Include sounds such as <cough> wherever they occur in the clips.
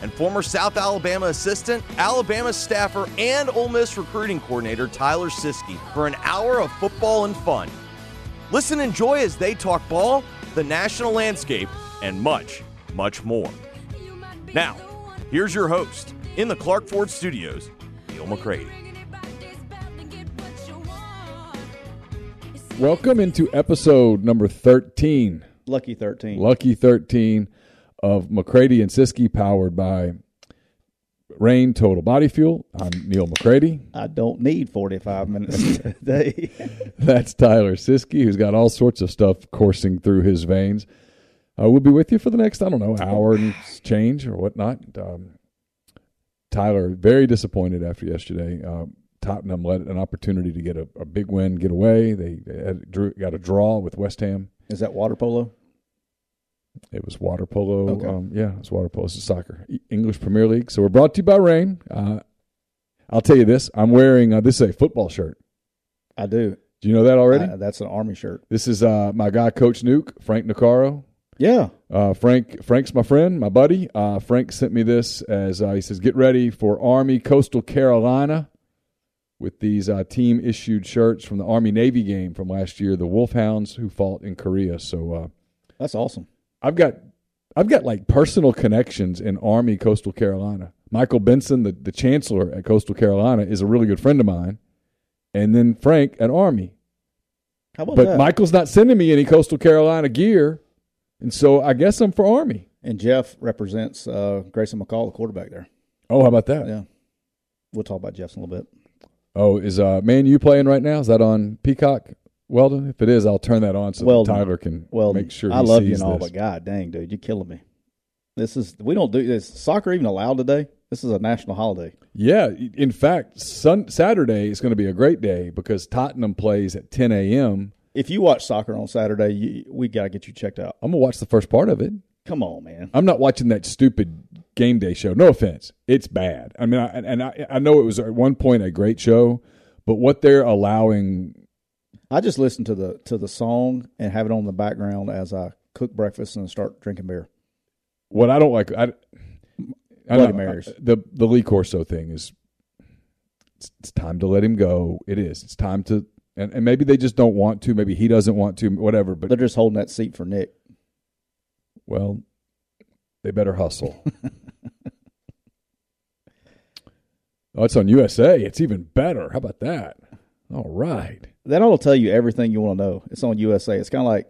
and former South Alabama assistant, Alabama staffer, and Ole Miss recruiting coordinator Tyler Siski for an hour of football and fun. Listen and enjoy as they talk ball, the national landscape, and much, much more. Now, here's your host in the Clark Ford Studios, Neil McCrady. Welcome into episode number 13, Lucky 13. Lucky 13 of McCrady and Siski, powered by Rain Total Body Fuel. I'm Neil McCrady. I don't need 45 minutes a day. <laughs> That's Tyler Siski, who's got all sorts of stuff coursing through his veins. Uh, we'll be with you for the next, I don't know, hour and s- change or whatnot. Um, Tyler, very disappointed after yesterday. Um, Tottenham led an opportunity to get a, a big win, get away. They, they had, drew, got a draw with West Ham. Is that water polo? It was water polo. Okay. Um, yeah, it's water polo. It's soccer, E- English Premier League. So we're brought to you by Rain. Uh, I'll tell you this: I'm wearing uh, this is a football shirt. I do. Do you know that already? I- that's an army shirt. this is uh, my guy, Coach Nuke, Frank Nicaro. Yeah. Uh, Frank, Frank's my friend, my buddy. Uh, Frank sent me this as uh, he says, "Get ready for Army Coastal Carolina with these uh, team issued shirts from the Army Navy game from last year, the Wolfhounds who fought in Korea." So. Uh, That's awesome. I've got I've got like personal connections in Army Coastal Carolina. Michael Benson, the, the chancellor at Coastal Carolina, is a really good friend of mine. And then Frank at Army. How about But that? Michael's not sending me any Coastal Carolina gear. And so I guess I'm for Army. and Jeff represents uh, Grayson McCall, the quarterback there. Oh, how about that? Yeah. We'll talk about Jeff's in a little bit. Oh, is uh man you playing right now? Is that on Peacock Weldon? If it is, I'll turn that on so that Weldon. Tyler can Well, make sure I he love sees you and all, this. but God dang, dude, you're killing me. This is, we don't do this. Soccer even allowed today? This is a national holiday. Yeah, in fact, sun, Saturday is going to be a great day because Tottenham plays at 10 a.m. If you watch soccer on Saturday, you, we got to get you checked out. I'm gonna watch the first part of it. Come on, man. I'm not watching that stupid game day show. No offense, it's bad. I mean, I, and and I, I know it was at one point a great show, but what they're allowing, I just listen to the to the song and have it on the background as I cook breakfast and start drinking beer. what I don't like, I, I Bloody don't- Marys. the the Lee Corso thing is, it's, it's time to let him go. It is. It's time to, and, and maybe they just don't want to. Maybe he doesn't want to. Whatever. But They're just holding that seat for Nick. Well, they better <laughs> hustle. oh, it's on USA. It's even better. How about that? All right. That ought to tell you everything you want to know. It's on USA. It's kind of like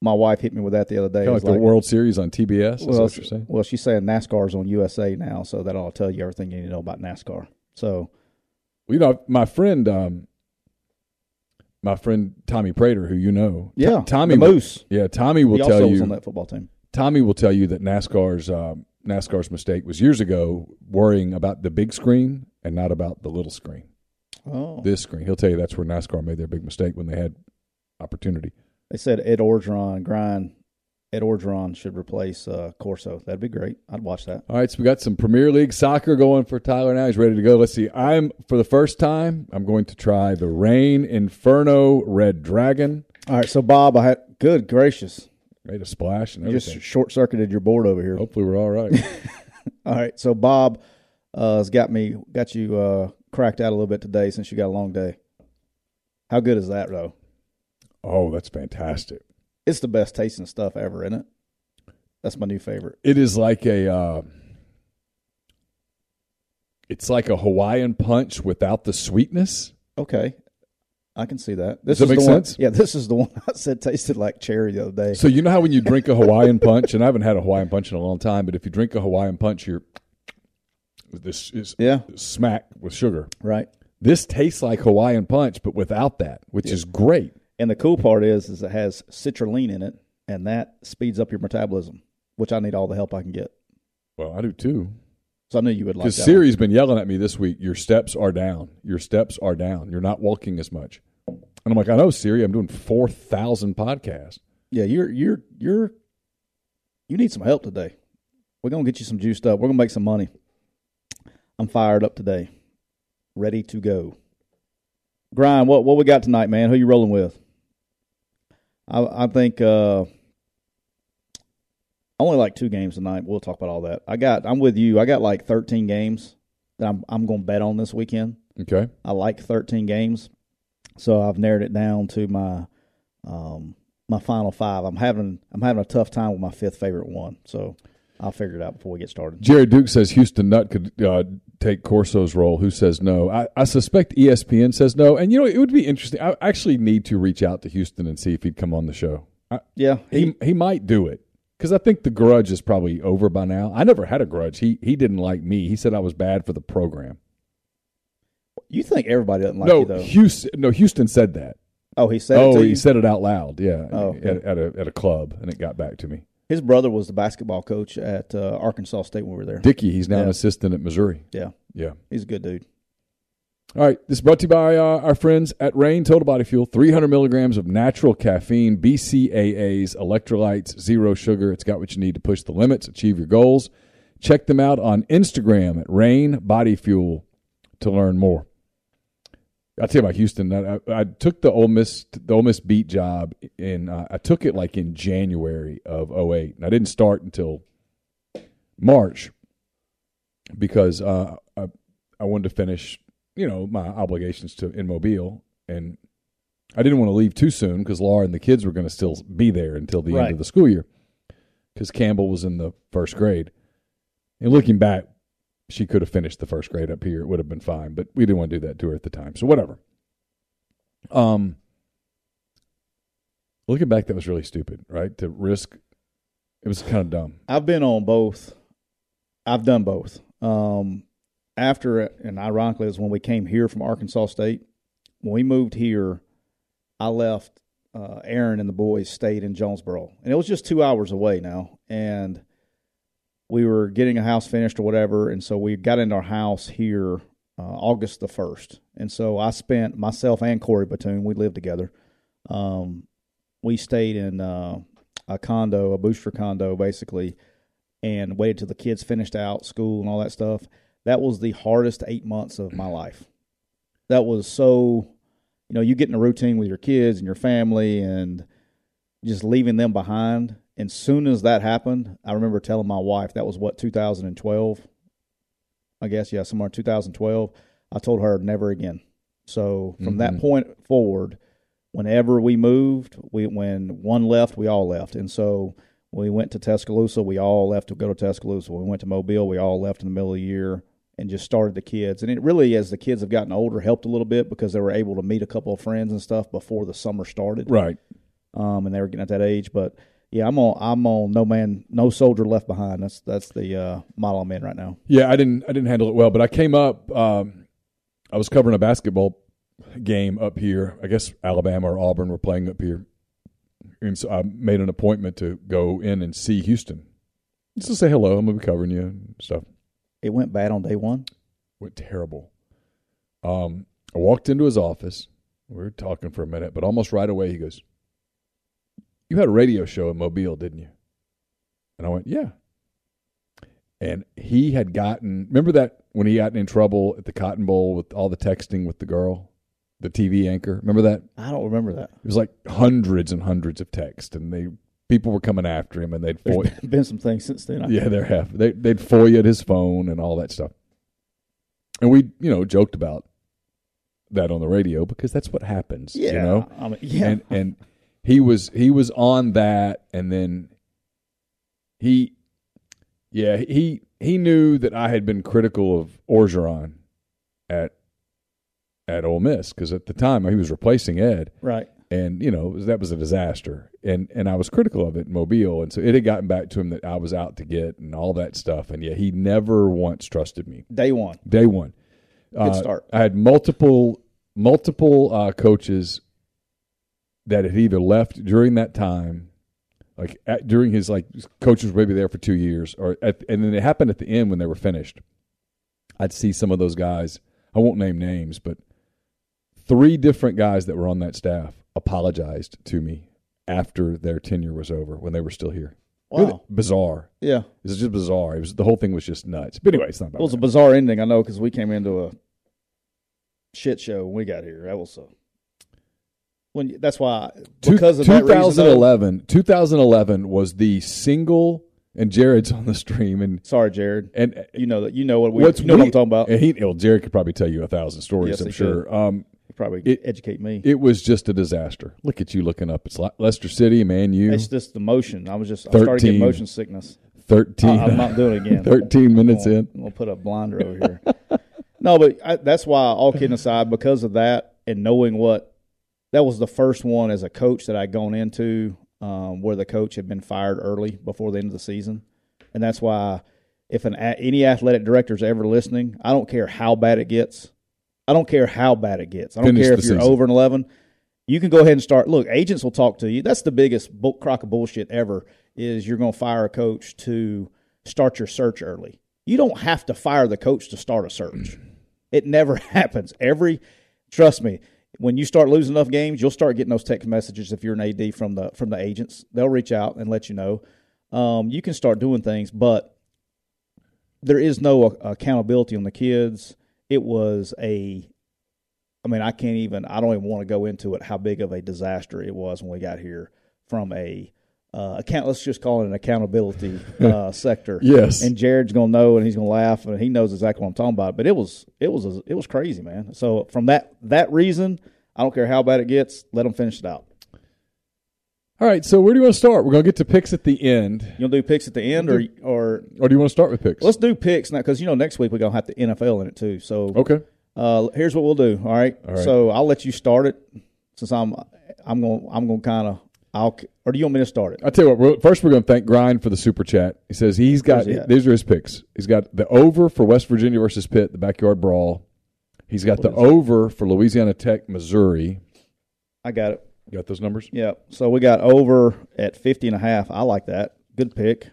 my wife hit me with that the other day. Kind of like It's the World Series on TBS. That's well, what you're saying. well, she's saying NASCAR's on USA now, so that ought to tell you everything you need to know about NASCAR. So Well, you know, my friend, um, my friend Tommy Prater, who you know, T- yeah, Tommy the will- Moose. yeah, Tommy will he tell also you was on that football team. Tommy will tell you that NASCAR's um, NASCAR's mistake was years ago worrying about the big screen and not about the little screen. Oh, This screen, he'll tell you that's where NASCAR made their big mistake when they had opportunity. they said Ed Orgeron, Grind. Ed Orgeron should replace uh, Corso. That'd be great. I'd watch that. All right, so we got some Premier League soccer going for Tyler now. He's ready to go. Let's see. I'm for the first time. I'm going to try the Rain Inferno Red Dragon. All right, so Bob, I had good gracious, Made a splash and you everything. Oh. just short circuited your board over here. Hopefully we're all right. All right, so Bob uh, has got me got you uh, cracked out a little bit today since you got a long day. How good is that though? oh, that's fantastic. It's the best tasting stuff ever, isn't it? That's my new favorite. It is like a. Uh, it's like a Hawaiian punch without the sweetness. Okay, I can see that. This Does that is make the one- sense? yeah, this is the <laughs> one I said tasted like cherry the other day. So you know how when you drink a Hawaiian punch, and I haven't had a Hawaiian punch in a long time, but if you drink a Hawaiian punch, you're this is yeah, smack with sugar. right. This tastes like Hawaiian punch, but without that, which is great. And the cool part is, is it has citrulline in it, and that speeds up your metabolism, which I need all the help I can get. Well, I do too. So I knew you would like Because that. Siri's been yelling at me this week. Your steps are down. Your steps are down. You're not walking as much. And I'm like, I know, Siri. I'm doing four thousand podcasts. Yeah, you're you're you're you need some help today. We're gonna get you some juiced up. We're gonna make some money. I'm fired up today, ready to go. Grind, what what we got tonight, man? Who you rolling with? I I think uh, I only like two games tonight. We'll talk about all that. I got I'm with you. I got like 13 games that I'm I'm gonna bet on this weekend. Okay. I like 13 games, so I've narrowed it down to my um, my final five. I'm having I'm having a tough time with my fifth favorite one, so I'll figure it out before we get started. Jerry Duke says Houston Nutt could uh, take Corso's role. Who says no? I, I suspect E ESPN says no. And you know, it would be interesting. I actually need to reach out to Houston and see if he'd come on the show. I, Yeah, he he might do it because I think the grudge is probably over by now. I never had a grudge. He he didn't like me. He said I was bad for the program. you think everybody doesn't like you no, though? Houston. No, Houston said that. Oh, he said it oh, to he you? said it out loud. Yeah, Oh, okay. at, at a at a club, and it got back to me. his brother was the basketball coach at uh, Arkansas State when we were there. Dickie, he's now an Yeah. assistant at Missouri. Yeah, Yeah. he's a good dude. All right, this is brought to you by uh, our friends at Rain Total Body Fuel. 300 milligrams of natural caffeine, BCAAs, electrolytes, zero sugar. It's got what you need to push the limits, achieve your goals. Check them out on Instagram at Rain Body Fuel to learn more. I'll tell you about Houston. I, I, I took the Ole Miss the Ole Miss beat job in uh, I took it like in January of 08. and I didn't start until March because uh, I I wanted to finish you know my obligations to in Mobile and I didn't want to leave too soon because Laura and the kids were going to still be there until the end Right. of the school year because Campbell was in the first grade. And looking back, she could have finished the first grade up here. It would have been fine, but we didn't want to do that to her at the time. So whatever. Um, looking back, that was really stupid, right? To risk, it was kind of dumb. I've been on both. I've done both. Um, after and ironically, it was when we came here from Arkansas State. When we moved here, I left. Uh, Aaron and the boys stayed in Jonesboro, and it was just two hours away now. And we were getting a house finished or whatever, and so we got into our house here uh, August the first. And so I spent myself and Corey Batoon. We lived together. Um, we stayed in uh, a condo, a booster condo, basically, and waited till the kids finished out school and all that stuff. That was the hardest eight months of my life. That was so, you know, you get in a routine with your kids and your family and just leaving them behind. And soon as that happened, I remember telling my wife that was what 2012, I guess, yeah, somewhere in 2012. I told her never again. So from that point forward, whenever we moved, we when one left, we all left, and so we went to Tuscaloosa. We all left to go to Tuscaloosa. We went to Mobile. We all left in the middle of the year and just started the kids. And it really, as the kids have gotten older, helped a little bit because they were able to meet a couple of friends and stuff before the summer started Right. um, and they were getting at that age. But yeah, I'm on I'm on no man, no soldier left behind. That's that's the uh, model I'm in right now. Yeah, I didn't I didn't handle it well, but I came up um I was covering a basketball game up here. I guess Alabama or Auburn were playing up here. And so I made an appointment to go in and see Houston. Just to say hello, I'm gonna be covering you and stuff. It went bad on day one. Went terrible. Um I walked into his office. We were talking for a minute, but almost right away he goes, You had a radio show in Mobile, didn't you? And I went, Yeah. And he had gotten remember that when he got in trouble at the Cotton Bowl with all the texting with the girl? the TV anchor. Remember that? I don't remember that. It was like hundreds and hundreds of texts, and they people were coming after him, and they'd There's foil, been, <laughs> been some things since then. I yeah, they're half they they'd foia his phone and all that stuff. And we, you know, joked about that on the radio because that's what happens. yeah. you know, I mean, yeah. and and he was he was on that and then he yeah he he knew that I had been critical of Orgeron at at Ole Miss because at the time he was replacing Ed right. and you know it was- that was a disaster and and I was critical of it in Mobile and so it had gotten back to him that I was out to get and all that stuff and yeah he never once trusted me Day one. day one. Good start. I had multiple multiple uh, coaches that had either left during that time, like at, during his like coaches were maybe there for two years, or at, and then it happened at the end when they were finished. I'd see some of those guys. I won't name names, but three different guys that were on that staff apologized to me after their tenure was over when they were still here. Wow. Bizarre. Yeah. It was just bizarre. It was the whole thing was just nuts. But anyway, it's not about It was that. a bizarre ending, I know, because we came into a shit show when we got here. That was a, when you- that's why Two- because of that reason. though- 2011 2011 was the single and Jared's on the stream and Sorry, Jared. and uh, You know that you know what we what's you know what I'm weird- talking about. and he well, Jared could probably tell you a thousand stories Yes, I'm he sure um Probably it- educate me. it was just a disaster look at you looking up it's Le- Leicester City man you it's just the motion. I was just I started 13. getting motion sickness. 13 I, am not doing it again. 13 minutes I'm in gonna- I'm gonna put a blinder over here. no, but I, that's why. All kidding aside, because of that and knowing what that was the first one as a coach that I'd gone into um, where the coach had been fired early before the end of the season, and that's why if an a- any athletic director's ever listening, I don't care how bad it gets. I don't care how bad it gets. I don't Finish care the if you're season. over and eleven. You can go ahead and start. Look, agents will talk to you. That's the biggest bull, crock of bullshit ever. Is you're going to fire a coach to start your search early. You don't have to fire the coach to start a search. It never <laughs> happens. Every, trust me, when you start losing enough games, you'll start getting those text messages. If you're an AD from the from the agents, they'll reach out and let you know. Um, you can start doing things, but there is no ac- accountability on the kids. It was a, I mean, I can't even. I don't even want to go into it. How big of a disaster it was when we got here from a uh, account. Let's just call it an <laughs> accountability uh, sector. Yes. And Jared's gonna know, and he's gonna laugh, and he knows exactly what I'm talking about. But it was it was it was crazy, man. So from that that reason, I don't care how bad it gets. Let them finish it out. <laughs> all right so where do you want to start we're going to get to picks at the end You'll do picks at the end, or or or do you want to start with picks let's do picks now because you know next week we're gonna have the NFL in it too. So okay Uh, here's what we'll do. All right? All right. So I'll let you start it since I'm I'm going I'm going to kind of I'll or do you want me to start it? I tell you what. we're- First, we're going to thank Grind for the super chat. He says he's got Where's he at? these are his picks. He's got the over for West Virginia versus Pitt, the backyard brawl. He's got the over for Louisiana Tech, Missouri. I got it. You got those numbers, Yeah. So we got over at 50 and a half. I like that. Good pick.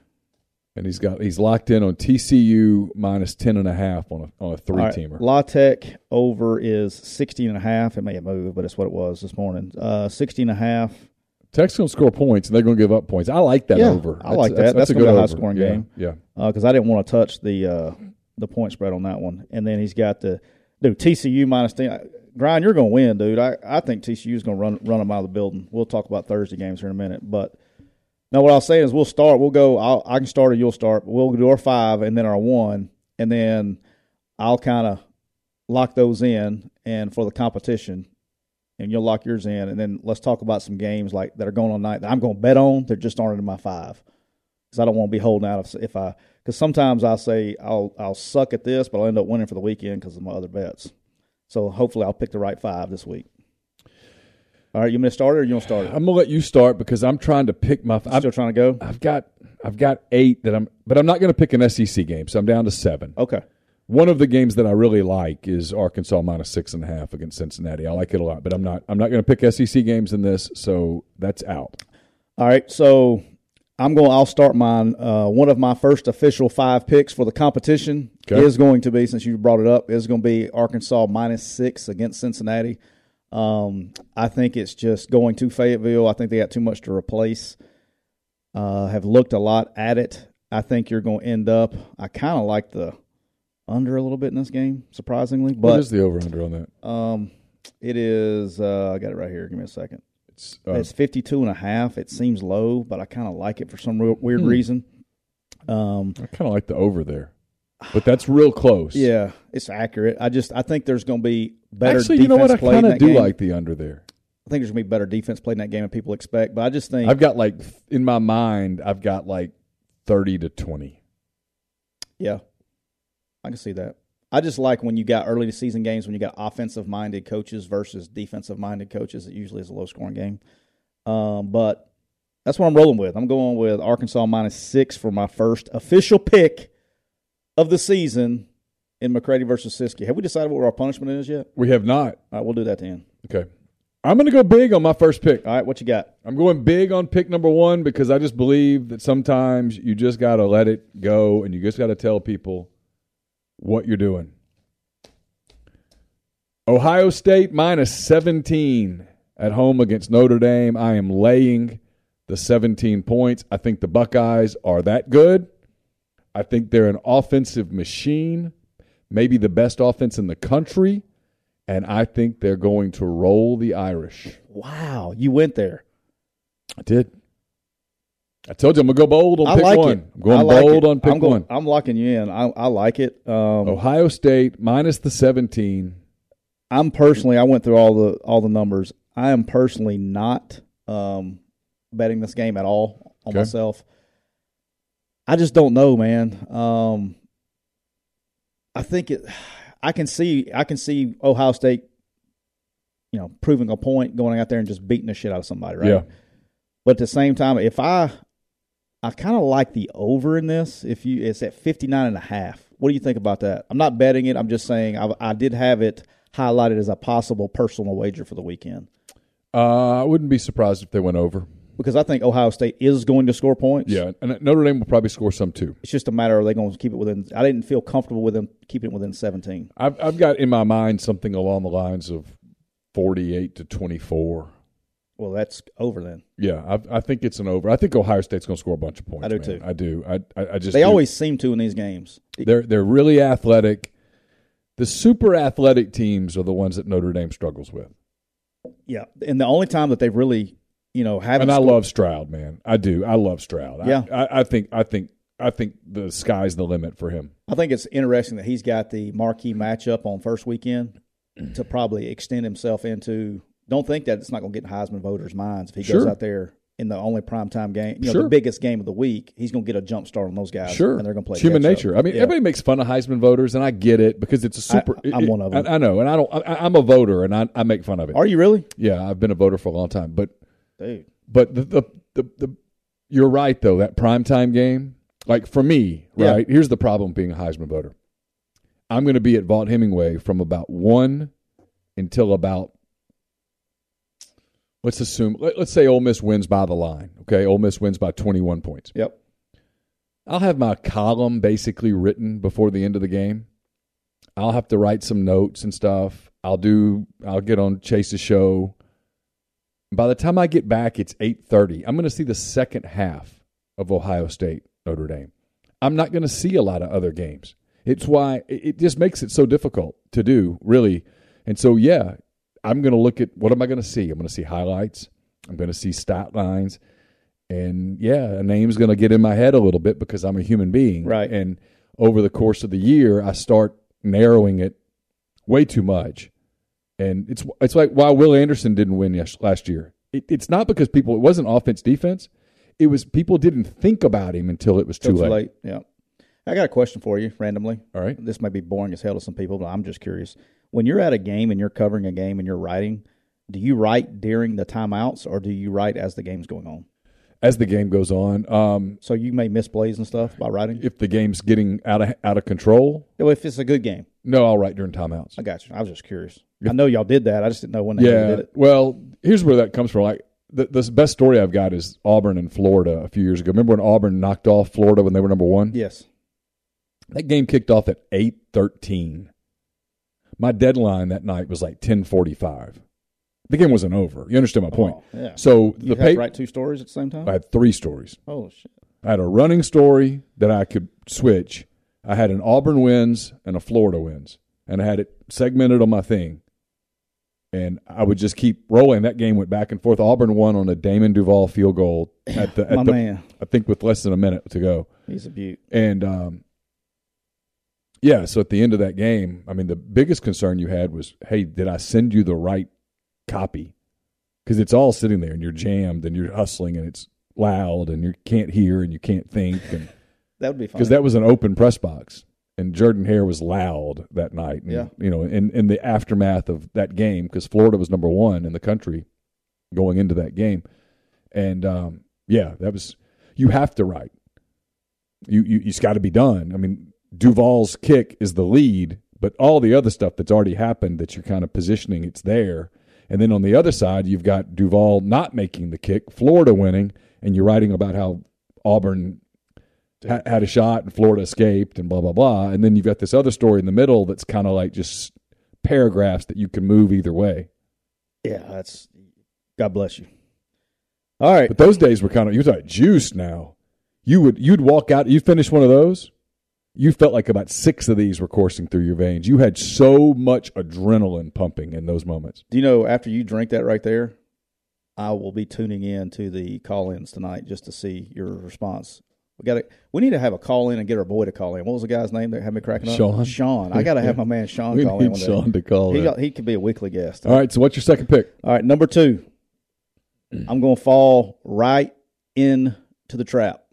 and he's got he's locked in on TCU minus ten and a half on a on a three All right. teamer. La Tech over is 16 and a half. It may have moved, but it's what it was this morning. Uh 16 and a half. Tech's going to score points, and they're going to give up points. I like that Yeah, over. I like that. That's gonna be a high-scoring Yeah, game. Yeah, because Uh, I didn't want to touch the uh, the point spread on that one. And then he's got the dude TCU minus ten. Brian, you're going to win, dude. I, I think TCU is going to run run them out of the building. We'll talk about Thursday games here in a minute, but now what I'll say is we'll start. We'll go. I'll, I can start or you'll start. But we'll do our five and then our one, and then I'll kind of lock those in and for the competition. And you'll lock yours in, and then let's talk about some games like that are going on tonight that I'm going to bet on. They're just aren't in my five because I don't want to be holding out if, if I because sometimes I say I'll I'll suck at this, but I'll end up winning for the weekend because of my other bets. So hopefully I'll pick the right five this week. All right, you want me to start it or you want to start it? I'm going to let you start because I'm trying to pick my. I'm I'm, still trying to go. I've got I've got eight that I'm, but I'm not going to pick an SEC game, so I'm down to seven. Okay, One of the games that I really like is Arkansas minus six and a half against Cincinnati. I like it a lot, but I'm not I'm not going to pick SEC games in this, so that's out. all right. So I'm going. I'll start mine. Uh, one of my first official five picks for the competition Okay. is going to be since you brought it up is going to be Arkansas minus six against Cincinnati. Um, I think it's just going to Fayetteville. I think they got too much to replace. uh, have looked a lot at it. I think you're going to end up. I kind of like the under a little bit in this game, surprisingly, what but is the over under on that? um, It is, uh, I got it right here. Give me a second. It's, uh, It's 52 and a half. It seems low, but I kind of like it for some real, weird reason. Um, I kind of like the over there, but that's real close. yeah, it's accurate. I just I think there's going to be better Actually, defense you know what? I played in kind of that do game. like the under there. I think there's going to be better defense played in that game than people expect, but I just think I've got like th- in my mind, I've got like thirty to twenty. Yeah, I can see that. I just like when you got early to season games when you got offensive minded coaches versus defensive minded coaches. It usually is a low scoring game, um, but that's what I'm rolling with. I'm going with Arkansas minus six for my first official pick of the season in McCready versus Siski. Have we decided what our punishment is yet? We have not. All right, we'll do that then. Okay, I'm going to go big on my first pick. All right, what you got? I'm going big on pick number one because I just believe that sometimes you just got to let it go and you just got to tell people what you're doing. Ohio State minus 17 at home against Notre Dame. I am laying the 17 points. I think the Buckeyes are that good. I think they're an offensive machine, maybe the best offense in the country. And I think they're going to roll the Irish. Wow, you went there. I did. I told you I'm gonna go bold on I pick like one. it. I'm going I like bold it. on pick I'm going- one. Oh, I'm locking you in. I, I like it. Um, Ohio State minus the 17. I'm personally, I went through all the all the numbers. I am personally not um, betting this game at all on Okay. myself. I just don't know, man. Um, I think it. I can see. I can see Ohio State. You know, proving a point, going out there and just beating the shit out of somebody, right? Yeah. But at the same time, if I, I kind of like the over in this. If you, it's at 59 and a half. What do you think about that? I'm not betting it. I'm just saying I, I did have it highlighted as a possible personal wager for the weekend Uh, I wouldn't be surprised if they went over. because I think Ohio State is going to score points. Yeah, and Notre Dame will probably score some too. It's just a matter of they going to keep it within. I didn't feel comfortable with them keeping it within 17. I've I've got in my mind something along the lines of 48 to 24. Well, that's over then. Yeah, I, I think it's an over. I think Ohio State's going to score a bunch of points. I do, man. too. I do. I I, I just They do. always seem to in these games. they're they're really athletic. The super athletic teams are the ones that Notre Dame struggles with. Yeah, and the only time that they've really, you know, haven't. and I scored- love Stroud, man. I do. I love Stroud. I- Yeah. I, I think. I think. I think the sky's the limit for him. I think it's interesting that he's got the marquee matchup on first weekend Mm. to probably extend himself into. Don't think that it's not going to get in Heisman voters' minds if he goes Sure. out there in the only primetime game, you know, the Sure. biggest game of the week. He's going to get a jump start on those guys. Sure, and they're going to play It's human catch up. nature. I mean, Yeah. everybody makes fun of Heisman voters, and I get it because it's a super. I- I'm it- one of them. I, I know, and I don't. I, I'm a voter, and I, I make fun of it. Are you really, yeah, I've been a voter for a long time, but dude? but the the the, the you're right though that primetime game like for me Yeah. right here's the problem being a heisman voter i'm going to be at vaught hemingway from about one until about let's assume let, let's say Ole miss wins by the line okay Ole miss wins by 21 points Yep. I'll have my column basically written before the end of the game. I'll have to write some notes and stuff. I'll do I'll get on Chase's show. By the time I get back, it's 8:30. I'm going to see the second half of Ohio State Notre Dame. I'm not going to see a lot of other games. It's why it it just makes it so difficult to do, really. And so yeah, I'm going to look at what am I going to see? I'm going to see highlights. I'm going to see stat lines and yeah, a name's going to get in my head a little bit because I'm a human being, Right. And over the course of the year, I start narrowing it way too much, and it's it's like why Will Anderson didn't win yes- last year. It, it's not because people it wasn't offense defense, it was people didn't think about him until it was too, Till late. Yeah. I got a question for you randomly. All right, This may be boring as hell to some people, but I'm just curious. When you're at a game and you're covering a game and you're writing, do you write during the timeouts or do you write as the game's going on? as the game goes on, um, So you may miss plays and stuff by writing. if the game's getting out of out of control, Well, if it's a good game, no, I'll write during timeouts. I got you. I was just curious. I know y'all did that. I just didn't know when they yeah. did it. Well, here's where that comes from. Like the, the best story I've got is Auburn in Florida a few years ago. Remember when Auburn knocked off Florida when they were number one? Yes. That game kicked off at eight thirteen. My deadline that night was like ten forty five. The game wasn't over. You understand my point? Oh, yeah. So the You have to paper. write two stories at the same time. I had three stories. Oh shit! I had a running story that I could switch. I had an Auburn wins and a Florida wins, and I had it segmented on my thing. and I would just keep rolling. That game went back and forth. Auburn won on a Damon Duval field goal at the, My at the man. I think with less than a minute to go. He's a beaut. And um, yeah, so at the end of that game, I mean, the biggest concern you had was, hey, did I send you the right copy? Because it's all sitting there, and you're jammed, and you're hustling, and it's loud, and you can't hear, and you can't think, and That would be fun. because that was an open press box, and Jordan Hare was loud that night. And, Yeah. you know, in in the aftermath of that game, because Florida was number one in the country going into that game, and um, yeah, that was you have to write. You you it's got to be done. I mean, Duval's kick is the lead, but all the other stuff that's already happened that you're kind of positioning, it's there. And then on the other side, you've got Duval not making the kick, Florida winning, and you're writing about how Auburn ha- had a shot and Florida escaped and blah blah blah. And then you've got this other story in the middle that's kind of like just paragraphs that you can move either way. yeah, that's God bless you. All right. But those days were kind of you talk juice now. You would you'd walk out, you finish one of those, you felt like about six of these were coursing through your veins. You had so much adrenaline pumping in those moments. Do you know after you drink that right there, I will be tuning in to the call-ins tonight just to see your response. We got to we need to have a call in and get our boy to call in. What was the guy's name that had me cracking up? Sean. Sean. I got to have my man <laughs> Sean We call in. need one day. Sean to call He, in. got, he could be a weekly guest. All right, so what's your second pick? All right, number two. Mm. I'm going to fall right into the trap.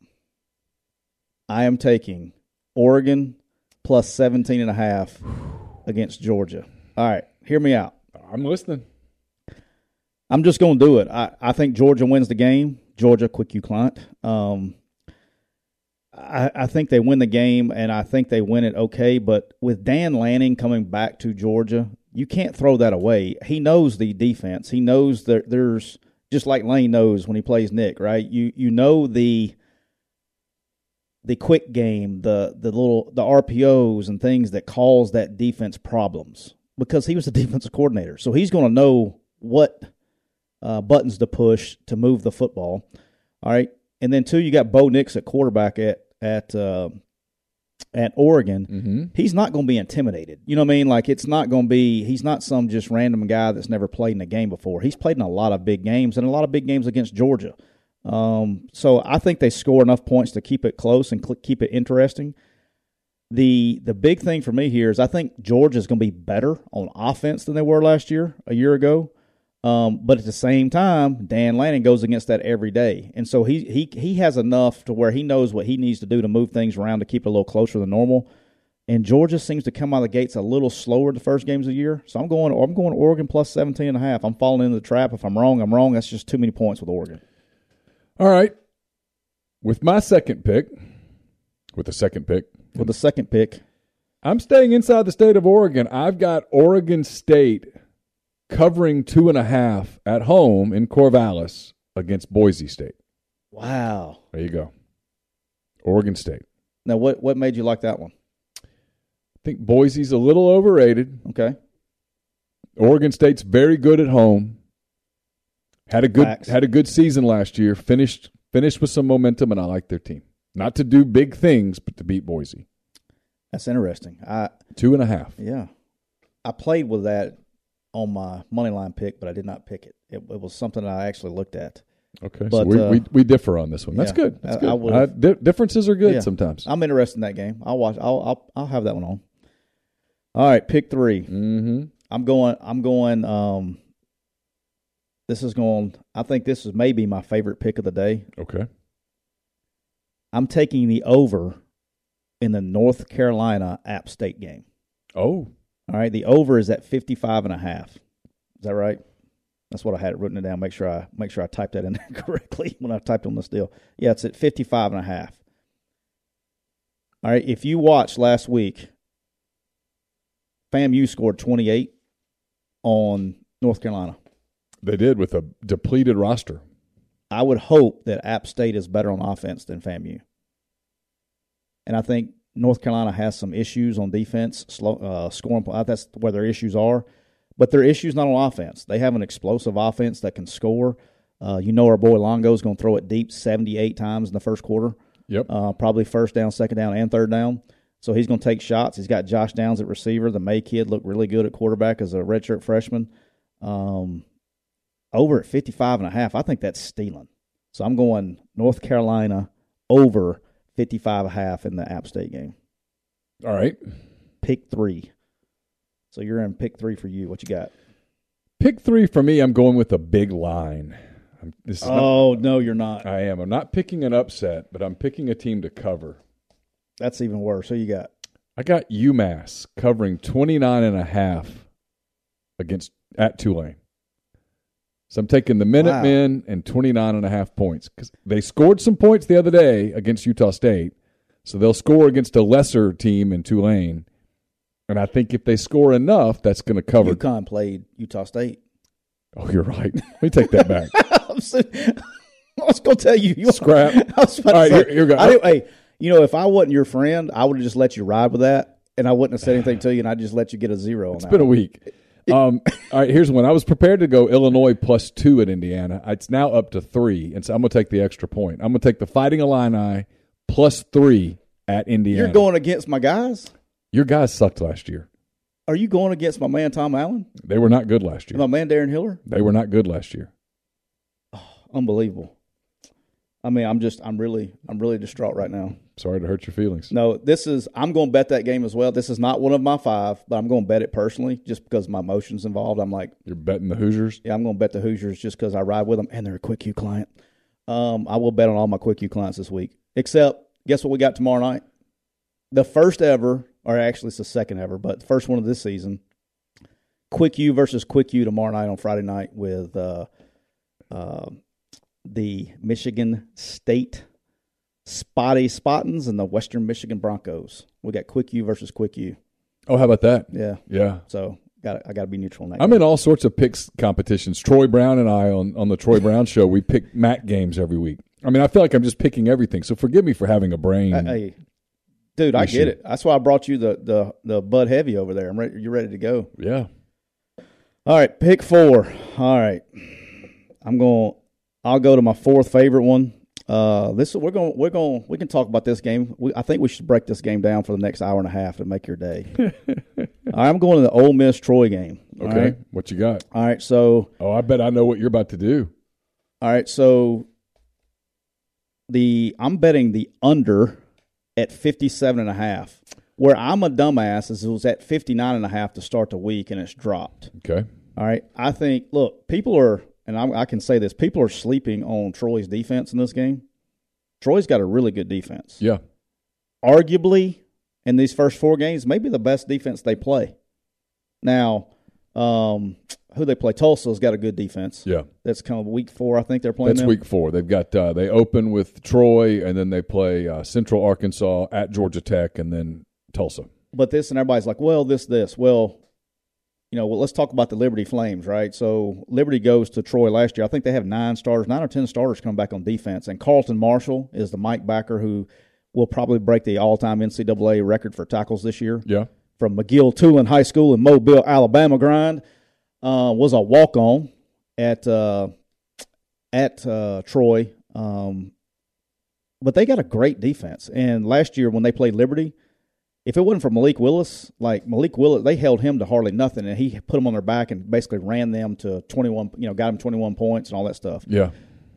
I am taking Oregon plus 17 and a half against Georgia. All right, hear me out. I'm listening. I'm just going to do it. I, I think Georgia wins the game. Georgia, quick you client. Um, I, I think they win the game, and I think they win it okay. But with Dan Lanning coming back to Georgia, you can't throw that away. He knows the defense. He knows that there's just like Lane knows when he plays Nick, right? You you know the the quick game, the the little the RPOs and things that cause that defense problems because he was the <laughs> defensive coordinator. So he's going to know what uh, buttons to push to move the football. All right, and then two, you got Bo Nix at quarterback at at uh, at Oregon. Mm-hmm. He's not going to be intimidated. You know what I mean? Like it's not going to be. He's not some just random guy that's never played in a game before. He's played in a lot of big games and a lot of big games against Georgia. Um, so I think they score enough points to keep it close and cl- keep it interesting. The the big thing for me here is I think Georgia's going to be better on offense than they were last year, a year ago. Um, but at the same time, Dan Lanning goes against that every day, and so he he he has enough to where he knows what he needs to do to move things around to keep it a little closer than normal. And Georgia seems to come out of the gates a little slower the first games of the year, so I'm going I'm going Oregon plus 17 and a half. I'm falling into the trap. If I'm wrong, I'm wrong. That's just too many points with Oregon. All right. With my second pick, with the second pick, With the second pick, I'm staying inside the state of Oregon. I've got Oregon State covering two and a half at home in Corvallis against Boise State. wow. There you go. Oregon State. I Now what what made you like that one? think Boise's a little overrated. Okay, Oregon State's very good at home. Had a good Facts. had a good season last year. Finished finished with some momentum, and I like their team. Not to do big things, but to beat Boise that's interesting. I two and a half. Yeah. I played with that on my money line pick, but I did not pick it. It, it was something I actually looked at. Okay, so But, we, uh, we we differ on this one. That's yeah, good. That's I- good. I would've- Uh, di- differences are good Yeah. sometimes. I'm interested in that game. I'll watch. I'll I'll, I'll have that one on. All right, pick three. Mm-hmm. I'm going. I'm going. Um, this is going. I think this is maybe my favorite pick of the day. Okay. I'm taking the over in the North Carolina App State game. Oh, All right, the over is at 55 and a half. Is that right? That's what I had it written it down. Make sure I make sure I typed that in <laughs> there correctly when I typed on this deal. Yeah, it's at 55 and a half. All right, if you watched last week, FAMU scored 28 on North Carolina. they did with a depleted roster. I would hope that App State is better on offense than FAMU. And I think North Carolina has some issues on defense, slow, uh, scoring. uh, That's where their issues are. But their issues not on offense. They have an explosive offense that can score. Uh, you know our boy Longo is going to throw it deep 78 times in the first quarter Yep. uh, probably first down, second down, and third down. So he's going to take shots. He's got Josh Downs at receiver. The May kid looked really good at quarterback as a redshirt freshman. Um, over at 55 and a half, I think that's stealing. So I'm going North Carolina over 55 and a half in the App State game. All right. Pick three. So you're in pick three for you. What you got? Pick three for me. I'm going with a big line. I'm, this is not, Oh, no, you're not. I am. I'm not picking an upset, but I'm picking a team to cover. That's even worse. Who you got? I got UMass covering 29 and a half against at Tulane. So I'm taking the Minutemen and 29 and a half points cuz they scored some points the other day against Utah State. So they'll score against a lesser team in Tulane. And I think if they score enough, that's going to cover. UConn played Utah State. Oh, you're right. Let me take that back. I'm so- <laughs> I was going to tell you. you Scrap. <laughs> I was about All right, to say, here- here we go. I didn't- hey, you know, if I wasn't your friend, I would have just let you ride with that, and I wouldn't have said anything to you, and I'd just let you get a zero on It's that. been a week. <laughs> Um, all right, here's one. I was prepared to go Illinois plus two at Indiana. It's now up to three, and so I'm going to take the extra point. I'm going to take the Fighting Illini plus three at Indiana. You're going against my guys? Your guys sucked last year. Are you going against my man Tom Allen They were not good last and year. my man Darren Hiller? They were not good last year. Unbelievable. I mean, I'm just, I'm really, I'm really distraught right now. Sorry to hurt your feelings. No, this is, I'm going to bet that game as well. This is not one of my five, but I'm going to bet it personally just because my emotions involved. I'm like, You're betting the Hoosiers. Yeah, I'm going to bet the Hoosiers just because I ride with them and they're a Quick U client. Um, I will bet on all my Quick U clients this week. Except, guess what we got tomorrow night? The first ever, or actually it's the second ever, but the first one of this season. Quick U versus Quick U tomorrow night on Friday night with uh, uh, the Michigan State Spotty Spottins and the Western Michigan Broncos. We got Quick U versus Quick U. Oh, how about that? Yeah, Yeah. so got I got to be neutral now. I'm in all sorts of picks competitions. Troy Brown and I on, on the <laughs> Troy Brown show, we pick Matt games every week. I mean, I feel like I'm just picking everything. So forgive me for having a brain. Hey, dude, I We should- get it. That's why I brought you the the the Bud Heavy over there. I'm ready. You're ready to go. yeah. All right, pick four. All right, I'm going. to I'll go to my fourth favorite one. Uh, this we're going. to We're going. to We can talk about this game. We, I think we should break this game down for the next hour and a half to make your day. All right, I'm going to the Ole Miss Troy game. All Okay. right. What you got? All right. So Oh, I bet I know what you're about to do. all right. So the I'm betting the under at 57 and a half. Where I'm a dumbass is it was at 59 and a half to start the week and it's dropped. Okay. All right. I think, look, people are, and I'm, I can say this, people are sleeping on Troy's defense in this game. Troy's got a really good defense. Yeah. Arguably, in these first four games, maybe the best defense they play. Now, um, who they play? Tulsa's got a good defense. Yeah. That's kind of week four, I think they're playing. That's them. week four. They've got uh, they open with Troy, and then they play uh, Central Arkansas at Georgia Tech, and then Tulsa. but this and everybody's like, well, this, this, well, you know, well, let's talk about the Liberty Flames, right? So Liberty goes to Troy last year. I think they have nine starters, nine or ten starters coming back on defense, and Carlton Marshall is the Mike backer who will probably break the all-time NCAA record for tackles this year Yeah. from McGill Tulin High School in Mobile, Alabama. Grind uh, was a walk on at uh, at uh, Troy, um, but they got a great defense. And last year when they played Liberty, if it wasn't for Malik Willis, like Malik Willis, they held him to hardly nothing, and he put them on their back and basically ran them to twenty one. You know, got them twenty one points and all that stuff. Yeah.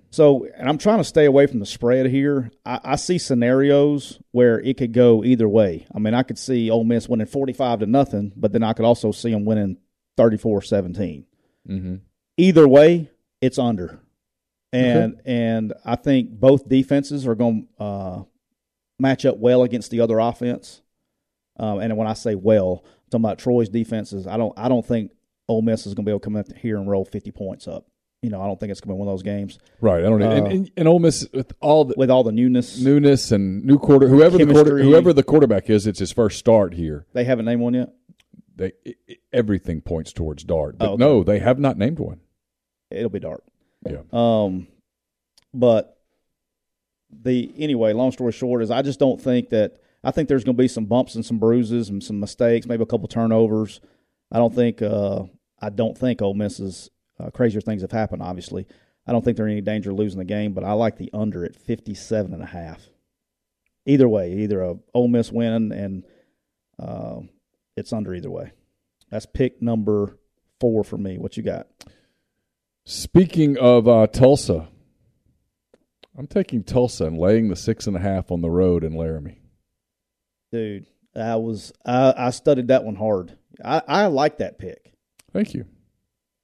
So, and I'm trying to stay away from the spread here. I, I see scenarios where it could go either way. I mean, I could see Ole Miss winning 45 to nothing, but then I could also see them winning 34 17. Mm-hmm. Either way, it's under. And and I think both defenses are going to uh, match up well against the other offense. Um, and when I say well, I'm talking about Troy's defenses. I don't I don't think Ole Miss is going to be able to come up here and roll 50 points up. You know, I don't think it's going to be one of those games Right. I don't. Uh, and, and, and Ole Miss with all the with all the newness. newness and new quarter, whoever the quarter, Chemistry. whoever the quarterback is, it's his first start here. They haven't named one yet. They i i- everything points towards Dart, but Oh, okay. no, they have not named one. It'll be dark. Yeah. Um, but the anyway, long story short is I just don't think that I think there's going to be some bumps and some bruises and some mistakes, maybe a couple turnovers. I don't think uh, I don't think Ole Miss is uh, crazier things have happened. Obviously, I don't think they're in any danger of losing the game, but I like the under at 57 and a half. Either way, either a Ole Miss win and uh, it's under either way. That's pick number four for me. What you got? Speaking of uh, Tulsa, I'm taking Tulsa and laying the six and a half on the road in Laramie. Dude, I was I, I studied that one hard. I, I like that pick. Thank you.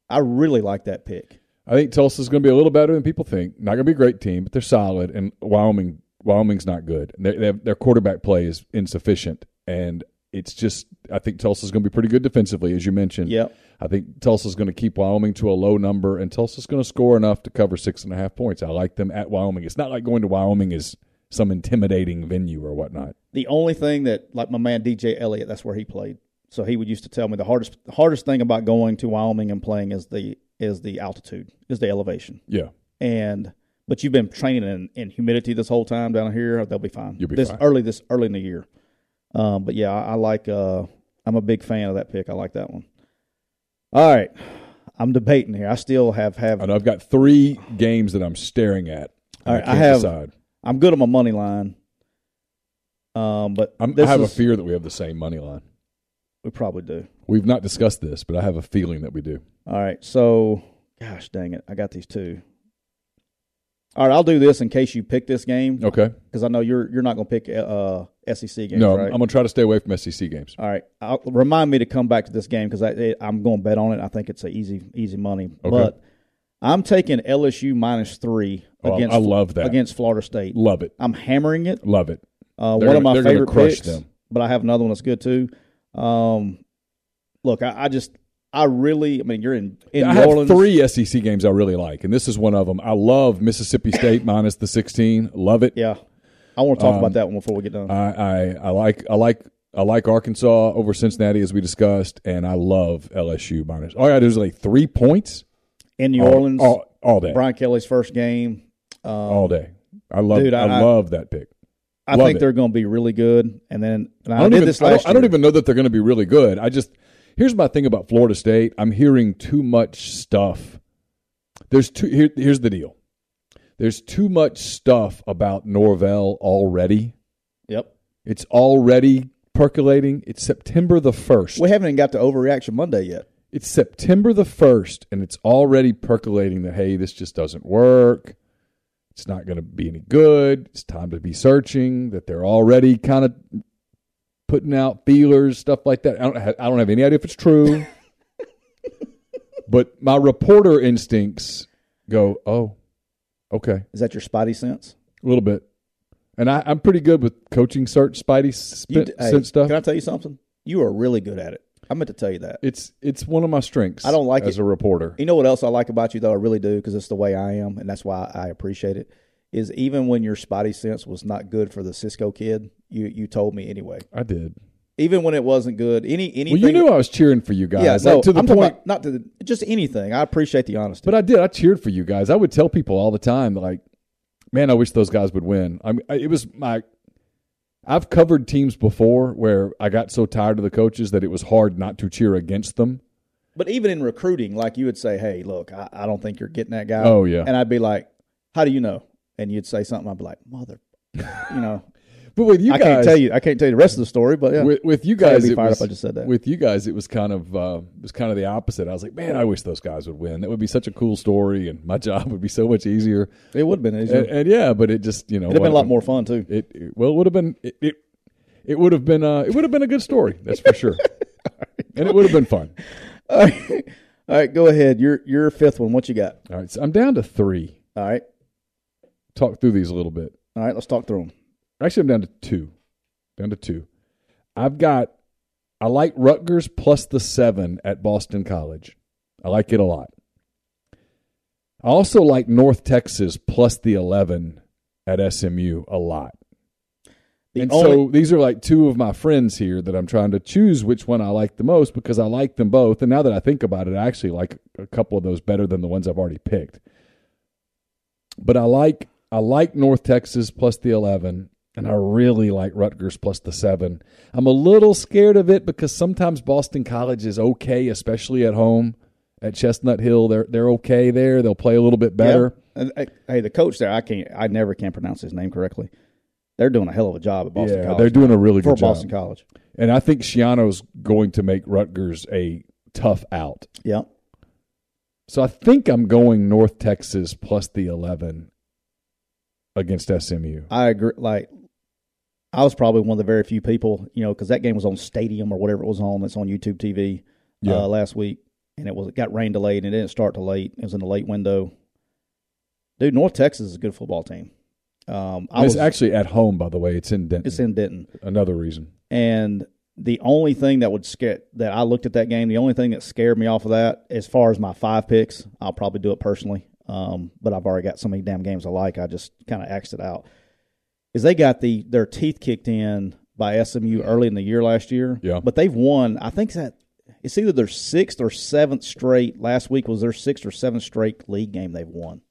I really like that pick. I think Tulsa's going to be a little better than people think. Not going to be a great team, but they're solid. And Wyoming, Wyoming's not good. They, they have, their quarterback play is insufficient, and it's just I think Tulsa's going to be pretty good defensively, as you mentioned. Yep. I think Tulsa's going to keep Wyoming to a low number, and Tulsa's going to score enough to cover six and a half points. I like them at Wyoming. It's not like going to Wyoming is some intimidating venue or whatnot. The only thing that, like my man DJ Elliott, that's where he played. So he would used to tell me the hardest the hardest thing about going to Wyoming and playing is the is the altitude, is the elevation. Yeah. And but you've been training in, in humidity this whole time down here. They'll be fine. You'll be this fine. early this early in the year. Um, but yeah, I, I like. Uh, I'm a big fan of that pick. I like that one. All right, I'm debating here. I still have have. I know I've got three games that I'm staring at. and All right, I can't have- decide. I'm good on my money line. Um, but I'm, I this have is- a fear that we have the same money line. We probably do. We've not discussed this, but I have a feeling that we do. All right. So, gosh dang it, I got these two. All right, I'll do this in case you pick this game because Okay. I know you're you're not going to pick uh, SEC games. no, right? I'm going to try to stay away from SEC games. All right, I'll, remind me to come back to this game because I it, I'm going to bet on it. I think it's a easy easy money. But I'm taking LSU minus three Oh, I- against I love that. against Florida State. Love it. I'm hammering it. Love it. Uh, They're one gonna- of my they're gonna favorite crush picks, them. but I have another one that's good too. Um, look, I, I just I really I mean you're in in I New have Orleans. three SEC games I really like, and this is one of them. I love Mississippi State <coughs> minus the 16. Love it. Yeah, I want to talk Um, about that one before we get done. I, I, I like I like I like Arkansas over Cincinnati as we discussed, and I love LSU minus. All I got to do is like three points. in New all, Orleans, all, all day, Brian Kelly's first game. all day. I love Dude, I- I, I- love that pick. I Love think it. they're going to be really good. And then and I, don't did even, this I last don't, I don't year. even know that they're going to be really good. I just here's my thing about Florida State. I'm hearing too much stuff. There's too here, here's the deal. There's too much stuff about Norvell already. Yep, It's already percolating. It's September the first. we haven't even got to overreaction Monday yet. It's September the first, and it's already percolating that hey, this just doesn't work. It's not going to be any good. It's time to be searching. That they're already kind of putting out feelers, stuff like that. I don't, ha- I don't have any idea if it's true, <laughs> but my reporter instincts go, oh, okay, Is that your spotty sense? a little bit. And I, I'm pretty good with coaching search, Spidey spit, d- hey, sense stuff. Can I tell you something? You are really good at it. I meant to tell you that. it's it's one of my strengths. I don't like as it. a reporter. You know what else I like about you, though? I really do, because it's the way I am, and that's why I appreciate it. Is even when your spotty sense was not good for the Cisco kid, you you told me anyway. I did. Even when it wasn't good, any anything. Well, you knew I was cheering for you guys. yeah, like, no, to the I'm talking point. about- not to the, just anything. I appreciate the honesty. but I did. I cheered for you guys. I would tell people all the time, like, man, I wish those guys would win. I mean, I- it was my. I've covered teams before where I got so tired of the coaches that it was hard not to cheer against them. But even in recruiting, like you would say, "Hey, look, I, I don't think you're getting that guy." Oh, yeah. and I'd be like, "How do you know?" And you'd say something. I'd be like, "Mother," you know. But with <laughs> you I guys, can't tell you. I can't tell you the rest of the story, but yeah. With, with you Sorry, I'd guys, be it fired was, up I just said that. with you guys, it was kind of uh, it was kind of the opposite. I was like, man, I wish those guys would win. That would be such a cool story, and my <laughs> job would be so much easier. it would have been easier. And, and yeah, but it just you know It'd have been wasn't- a lot more fun too. It, it- well, it would have been it. it it would have been uh, it would have been a good story, that's for sure, and it would have been fun. All right, All right, go ahead. Your your fifth one. What you got? All right, so I'm down to three. All right, Talk through these a little bit. all right. Let's talk through them. Actually, I'm down to two. Down to two. I've got I like Rutgers plus the seven at Boston College. I like it a lot. I also like North Texas plus the eleven at SMU a lot. The and only, so these are like two of my friends here that I'm trying to choose which one I like the most because I like them both. And now that I think about it, I actually like a couple of those better than the ones I've already picked. But I like I like North Texas plus the eleven, and I really like Rutgers plus the seven. I'm a little scared of it because sometimes Boston College is okay, especially at home at Chestnut Hill. They're they're okay there. They'll play a little bit better. Yeah. And, hey, Hey, the coach there. I can't. I never can pronounce his name correctly. They're doing a hell of a job at Boston College. they're doing a really for good job. Boston College. And I think Shiano's going to make Rutgers a tough out. Yep. So I think I'm going North Texas plus the 11 against SMU. I agree. Like, I was probably one of the very few people, you know, because that game was on Stadium or whatever it was on. That's on YouTube TV Yeah. uh, last week, and it was it got rain delayed and it didn't start till late. It was in the late window. Dude, North Texas is a good football team. Um, I And it's was actually at home, by the way. It's in Denton. it's in Denton, Another reason. and the only thing that would scare that I looked at that game, the only thing that scared me off of that, as far as my five picks, I'll probably do it personally. Um, but I've already got so many damn games I like, I just kind of axed it out. Is they got the their teeth kicked in by SMU early in the year last year. Yeah. But they've won. I think that it's either their sixth or seventh straight. Last week was their sixth or seventh straight league game they've won.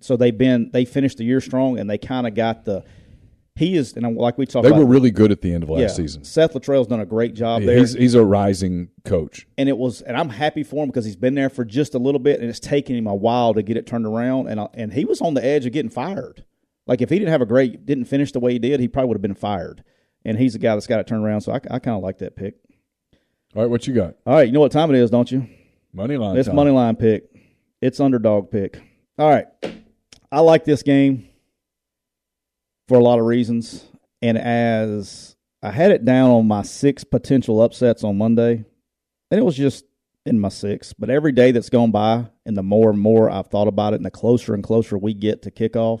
So they've been they finished the year strong and they kind of got the he is and like we talked They about were really good at the end of last season. Seth Luttrell's done a great job there, He's, he's a rising coach. and it was, and I'm happy for him because he's been there for just a little bit, and it's taken him a while to get it turned around. And I, and he was on the edge of getting fired. Like if he didn't have a great, didn't finish the way he did, he probably would have been fired. And he's the guy that's got it turned around. So I, I kind of like that pick. All right, what you got? All right, you know what time it is, don't you? Money line. It's time. money line pick. It's underdog pick. All right. I like this game for a lot of reasons. And as I had it down on my six potential upsets on Monday, and it was just in my six, but every day that's gone by, and the more and more I've thought about it, and the closer and closer we get to kickoff,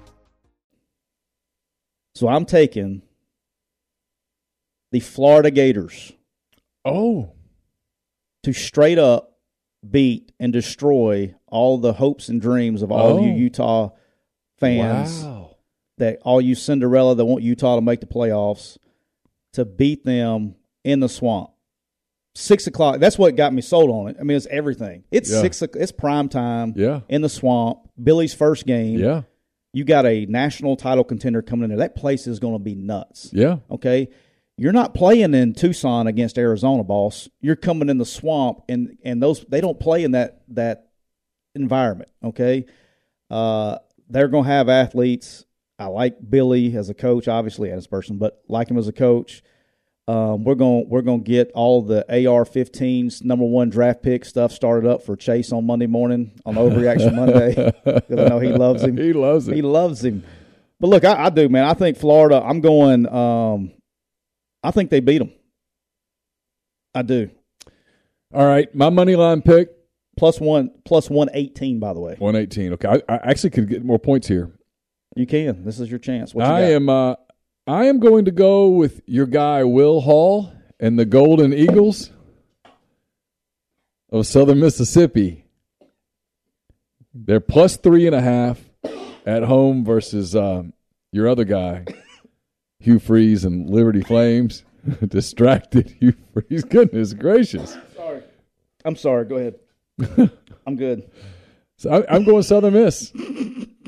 So I'm taking the Florida Gators. Oh, to straight up beat and destroy all the hopes and dreams of all Oh. you Utah fans wow. that all you Cinderella that want Utah to make the playoffs to beat them in the swamp. Six o'clock. That's what got me sold on it. I mean, it's everything. It's Yeah. six. o'clock. It's prime time. Yeah. in the swamp. Billy's first game. Yeah. you got a national title contender coming in there. That place is going to be nuts. Yeah. Okay. You're not playing in Tucson against Arizona, boss. You're coming in the swamp and and those they don't play in that that environment, okay? Uh they're going to have athletes. I like Billy as a coach, obviously, and as a person, but like him as a coach. Um, we're going we're going to get all the AR-15s number 1 draft pick stuff started up for Chase on Monday morning on Overreaction Monday cuz I know he loves him. He loves it. He loves him. But look, I, I do, man. I think Florida. I'm going. Um, I think they beat them. I do. All right, my money line pick Plus one, plus one eighteen. By the way, one eighteen. Okay, I, I actually could get more points here. you can. This is your chance. What you I got? am. Uh, I am going to go with your guy Will Hall and the Golden Eagles of Southern Mississippi. They're plus three and a half at home versus um, your other guy, Hugh Freeze and Liberty Flames. <laughs> Distracted <laughs> Hugh Freeze. Goodness gracious. I'm sorry. Go <laughs> ahead. I'm good. So I, I'm going Southern Miss.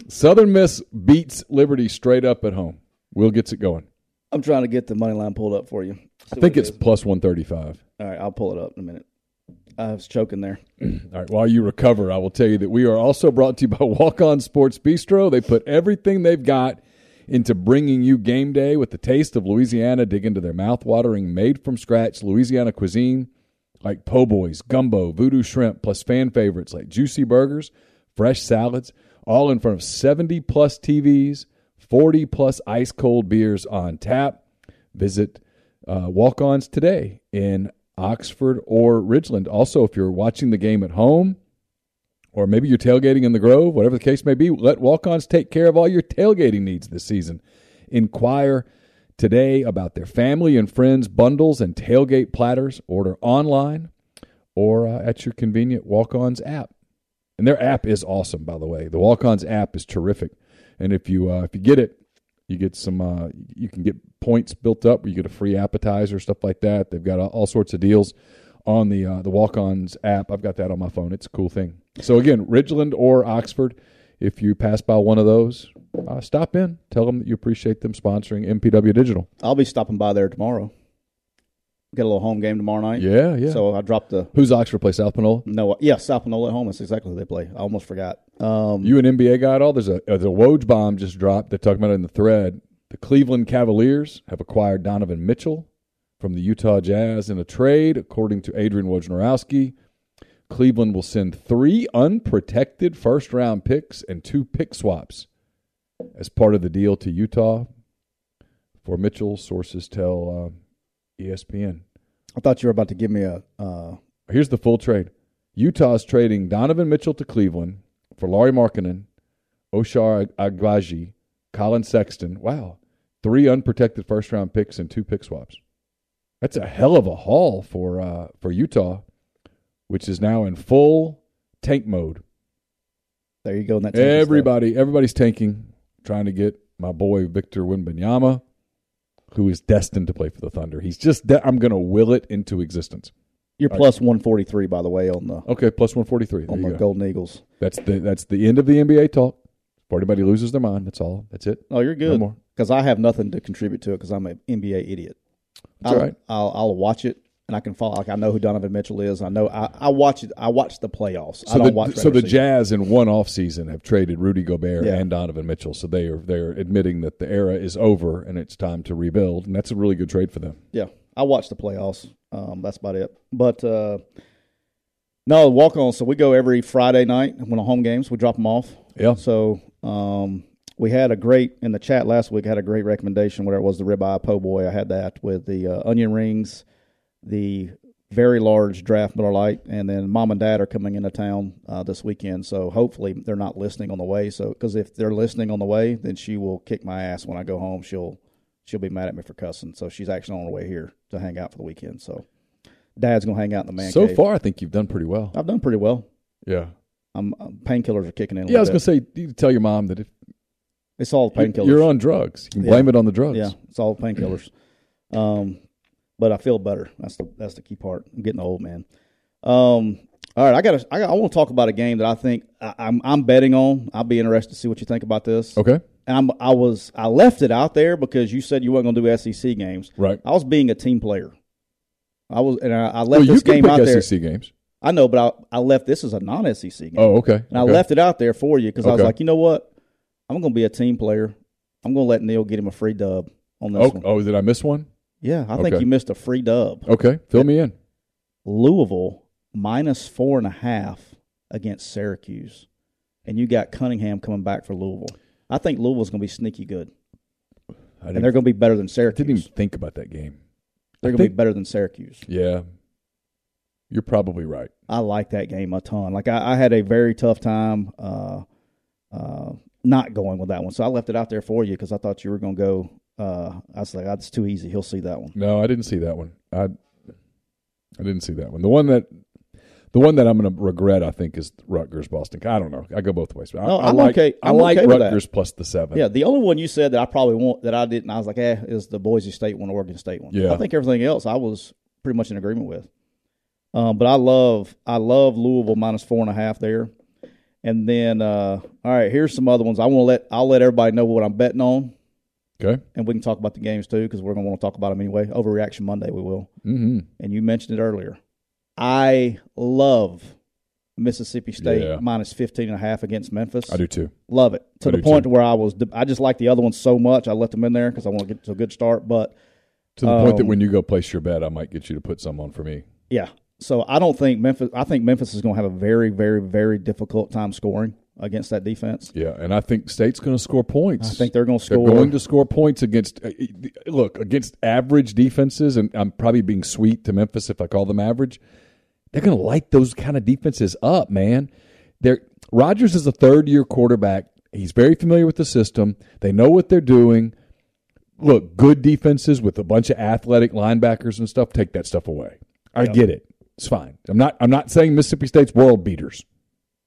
Southern Miss beats Liberty straight up at home. Will gets it going. I'm trying to get the money line pulled up for you. I think it's plus 135. All right, I'll pull it up in a minute. I was choking there. All right, while you recover, I will tell you that we are also brought to you by <laughs> Walk On Sports Bistro. They put everything they've got into bringing you game day with the taste of Louisiana. Dig into their mouth-watering, made from scratch Louisiana cuisine like po' boys, gumbo, voodoo shrimp, plus fan favorites like juicy burgers, fresh salads, all in front of 70 plus TVs, 40 plus ice cold beers on tap. Visit uh, walk ons today in Oxford or Ridgeland. Also, if you're watching the game at home, or maybe you're tailgating in the Grove, whatever the case may be, let walk ons take care of all your tailgating needs this season. Inquire today about their family and friends bundles and tailgate platters. Order online or uh, at your convenient walk ons app. And their app is awesome, by the way. The walk ons app is terrific. And if you uh, if you get it, you get some uh, you can get points built up you get a free appetizer stuff like that they've got all- all sorts of deals on the uh, the walk-ons app i've got that on my phone it's a cool thing so again ridgeland or oxford if you pass by one of those uh, stop in tell them that you appreciate them sponsoring mpw digital I'll be stopping by there tomorrow. Got a little home game tomorrow night. yeah yeah So I dropped the who's oxford play south Panola? no. Yeah, South Panola at home. That's exactly who they play. I almost forgot. Um, you an nba guy at all there's a uh, the woj bomb just dropped they're talking about it in the thread the cleveland cavaliers have acquired donovan mitchell from the Utah Jazz in a trade, according to Adrian Wojnarowski. Cleveland will send three unprotected first round picks and two pick swaps as part of the deal to Utah for Mitchell, sources tell uh, ESPN. I thought you were about to give me a. Uh, Here's the full trade Utah's trading Donovan Mitchell to Cleveland for Laurie Markinen, Oshar Agbaji, Colin Sexton. Wow. Three unprotected first round picks and two pick swaps. That's a hell of a haul for uh, for Utah, which is now in full tank mode. there you go. And that's Everybody, everybody's tanking, trying to get my boy Victor Wimbanyama, who is destined to play for the Thunder. He's just de- I'm going to will it into existence. You're plus one forty three by the way on the Okay, plus one forty three. on the Golden Eagles. That's the that's the end of the NBA talk. If anybody loses their mind, that's all. That's it. Oh, you're No good. more. Because I have nothing to contribute to it because I'm an NBA idiot. That's I'll, all right. I'll, I'll watch it and I can follow. Like I know who Donovan Mitchell is. I know I, I watch it. I watch the playoffs. I So don't the, watch. so the regular season. Jazz in one offseason have traded Rudy Gobert Yeah. and Donovan Mitchell. So they are they are admitting that the era is over and it's time to rebuild, and that's a really good trade for them. Yeah, I watch the playoffs. Um, that's about it. But uh, no, walk on. So we go every Friday night when the home games. We drop them off. Yeah. So um, we had a great in the chat last week. Had a great recommendation. Whether it was the ribeye po' boy, I had that with the uh, onion rings, the very large draft Miller Lite, and then mom and dad are coming into town uh, this weekend. So hopefully they're not listening on the way. So because if they're listening on the way, then she will kick my ass when I go home. She'll she'll be mad at me for cussing. So she's actually on her way here to hang out for the weekend. So dad's gonna hang out in the man so cave. far, I think you've done pretty well. I've done pretty well. Yeah. I'm uh, painkillers are kicking in. A Yeah, I was little gonna bit. say you tell your mom that if it's all painkillers. you're on drugs, you can Yeah. blame it on the drugs. Yeah, it's all painkillers. um, but I feel better. That's the that's the key part. I'm getting old, man. Um, all right, I got I, gotta- I want to talk about a game that I think I, I'm I'm betting on. I'll be interested to see what you think about this. Okay. And I'm I was I left it out there because you said you weren't going to do SEC games. Right. I was being a team player. I was and I, I left Well, Oh, you this can game out pick E there. SEC games. I know, but I, I left this as a non-SEC game. Oh, okay. And I okay. left it out there for you because I was Okay. like, you know what? I'm going to be a team player. I'm going to let Neil get him a free dub on this Oh, one. oh, did I miss one? Yeah, I think Okay. Oh. you missed a free dub. Okay, fill me in. Louisville minus four and a half against Syracuse, and you got Cunningham coming back for Louisville. I think Louisville's going to be sneaky good, I and didn't, they're going to be better than didn't even Syracuse. think about that game. They're I going to be think- better than Syracuse. Yeah, You're probably right. I like that game a ton. Like I, I had a very tough time uh, uh, not going with that one, so I left it out there for you because I thought you were going to go. Uh, I was like, that's too easy. He'll see that one. No, I didn't see that one. I I didn't see that one. The one that the one that I'm going to regret, I think, is Rutgers Boston. I don't know. I go both ways. I, No, I I'm like, okay. I I'm like okay with that. Rutgers plus the seven. Yeah, the only one you said that I probably want that I didn't. I was like, eh, is the Boise State one, Oregon State one. Yeah. I think everything else I was pretty much in agreement with. Um, but I love I love Louisville minus four and a half there. And then uh, all right, here's some other ones. I want to let I'll let everybody know what I'm betting on, Okay. and we can talk about the games too because we're gonna want to talk about them anyway. Overreaction Monday, we will. Mm-hmm. And you mentioned it earlier. I love Mississippi State Yeah. minus 15 and a half against Memphis. I do too. Love it to I the do point too. where I was. I just like the other ones so much. I let them in there because I want to get to a good start. But To the point that Um, when you go place your bet, I might get you to put some on for me. yeah, so I don't think Memphis. I think Memphis is going to have a very, very, very difficult time scoring against that defense. Yeah, and I think State's going to score points. I think they're going to They're score. going to score points against uh, look against average defenses, and I'm probably being sweet to Memphis if I call them average. They're going to light those kind of defenses up, man. They're Rodgers is a third year quarterback. He's very familiar with the system. They know what they're doing. Look, good defenses with a bunch of athletic linebackers and stuff take that stuff away. I get it. It's fine. I'm not. I'm not saying Mississippi State's world beaters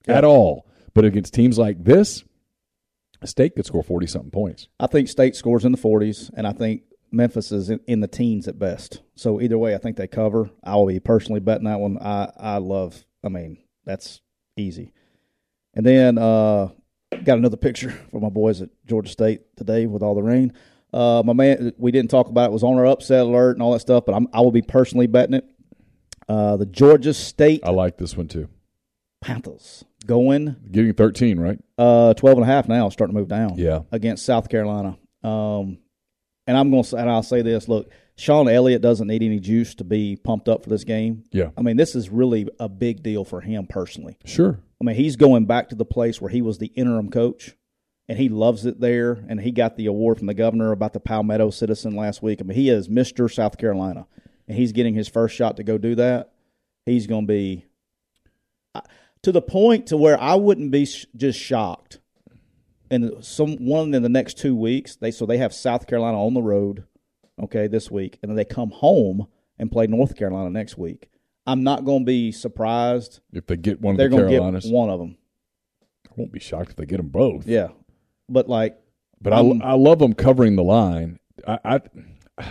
at all, but against teams like this, State could score forty something points. I think State scores in the 40s, and I think Memphis is in, in the teens at best. So either way, I think they cover. I will be personally betting that one. I I love. I mean, that's easy. And then uh, got another picture <laughs> for my boys at Georgia State today with all the rain. Uh, my man, we didn't talk about it. it was on our upset alert and all that stuff, but I'm, I will be personally betting it. Uh, the Georgia State I like this one too. Panthers going Getting 13, right? uh, 12 and a half now, starting to move down. Yeah. Against South Carolina. Um, and I'm going to say, and I'll say this look, Sean Elliott doesn't need any juice to be pumped up for this game. Yeah. I mean, this is really a big deal for him personally. Sure. I mean, he's going back to the place where he was the interim coach and he loves it there. And he got the award from the governor about the Palmetto citizen last week. I mean, he is Mr. South Carolina and he's getting his first shot to go do that. He's going to be I- to the point to where I wouldn't be sh- just shocked. And some one in the next two weeks, they so they have South Carolina on the road, okay, this week, and then they come home and play North Carolina next week. I'm not going to be surprised If they get one of they're the going to Carolinas, get one of them. I won't be shocked if they get them both. Yeah, but like, But I, I love them covering the line. I, I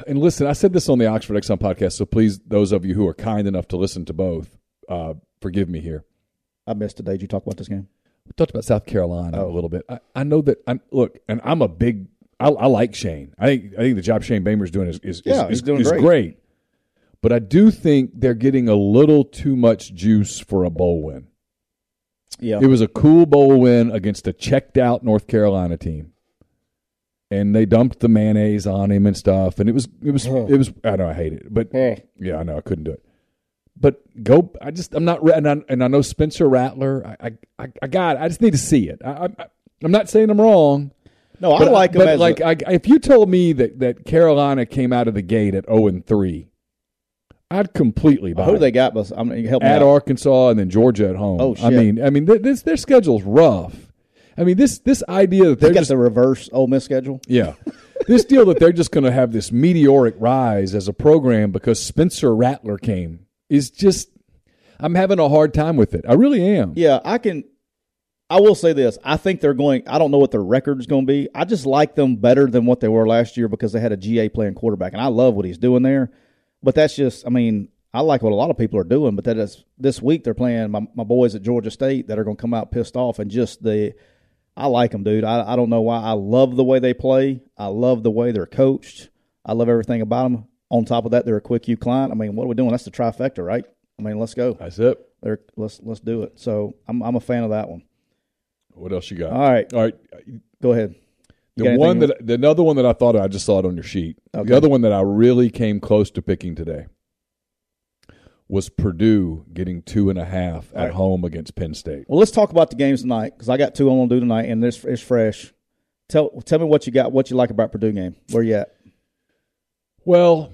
and listen, I said this on the Oxford Exxon podcast, so please, those of you who are kind enough to listen to both, uh, forgive me here. I missed today. Did you talk about this game? We talked about South Carolina Oh. a little bit. I, I know that I'm look, and I'm a big. I, I like Shane. I think I think the job Shane Bamer's doing is is, Yeah, is, he's is, doing is great. great. But I do think they're getting a little too much juice for a bowl win. Yeah, It was a cool bowl win against a checked out North Carolina team. And they dumped the mayonnaise on him and stuff. And it was it was it was I know I hate it. But yeah, I know I couldn't do it. But go I just I'm not re- and I, and I know Spencer Rattler. I I- I I got it. I just need to see it. I, I I'm not saying I'm wrong. no, I But like them but as like a- I, if you told me that that Carolina came out of the gate at 0 and 3, I'd completely buy who do it they got? But I'm mean, help me at out. Arkansas and then Georgia at home. Oh, I shit. mean, I mean, th- this their schedule's rough. I mean, this this idea that They they're got just the reverse Ole Miss schedule. <laughs> yeah, this deal that they're just going to have this meteoric rise as a program because Spencer Rattler came is just I'm having a hard time with it. I really am. Yeah, I can. I will say this. I think they're going. I don't know what their record is going to be. I just like them better than what they were last year because they had a GA playing quarterback, and I love what he's doing there. But that's just. I mean, I like what a lot of people are doing, but that is this week they're playing my, my boys at Georgia State that are going to come out pissed off and just the. I like them, dude. I, I don't know why. I love the way they play. I love the way they're coached. I love everything about them. On top of that, they're a quick U client. I mean, what are we doing? That's the trifecta, right? I mean, let's go That's it. there let's let's do it. So I'm I'm a fan of that one. What else you got? All right, All right. go ahead. got The anything one else? that the another one that I thought of, I just saw it on your sheet. Okay. The other one that I really came close to picking today was Purdue getting two and a half at home against Penn State. Well, let's talk about the games tonight because I got two I'm gonna do tonight, and this is fresh. Tell tell me what you got, what you like about Purdue game. Where you at? Well,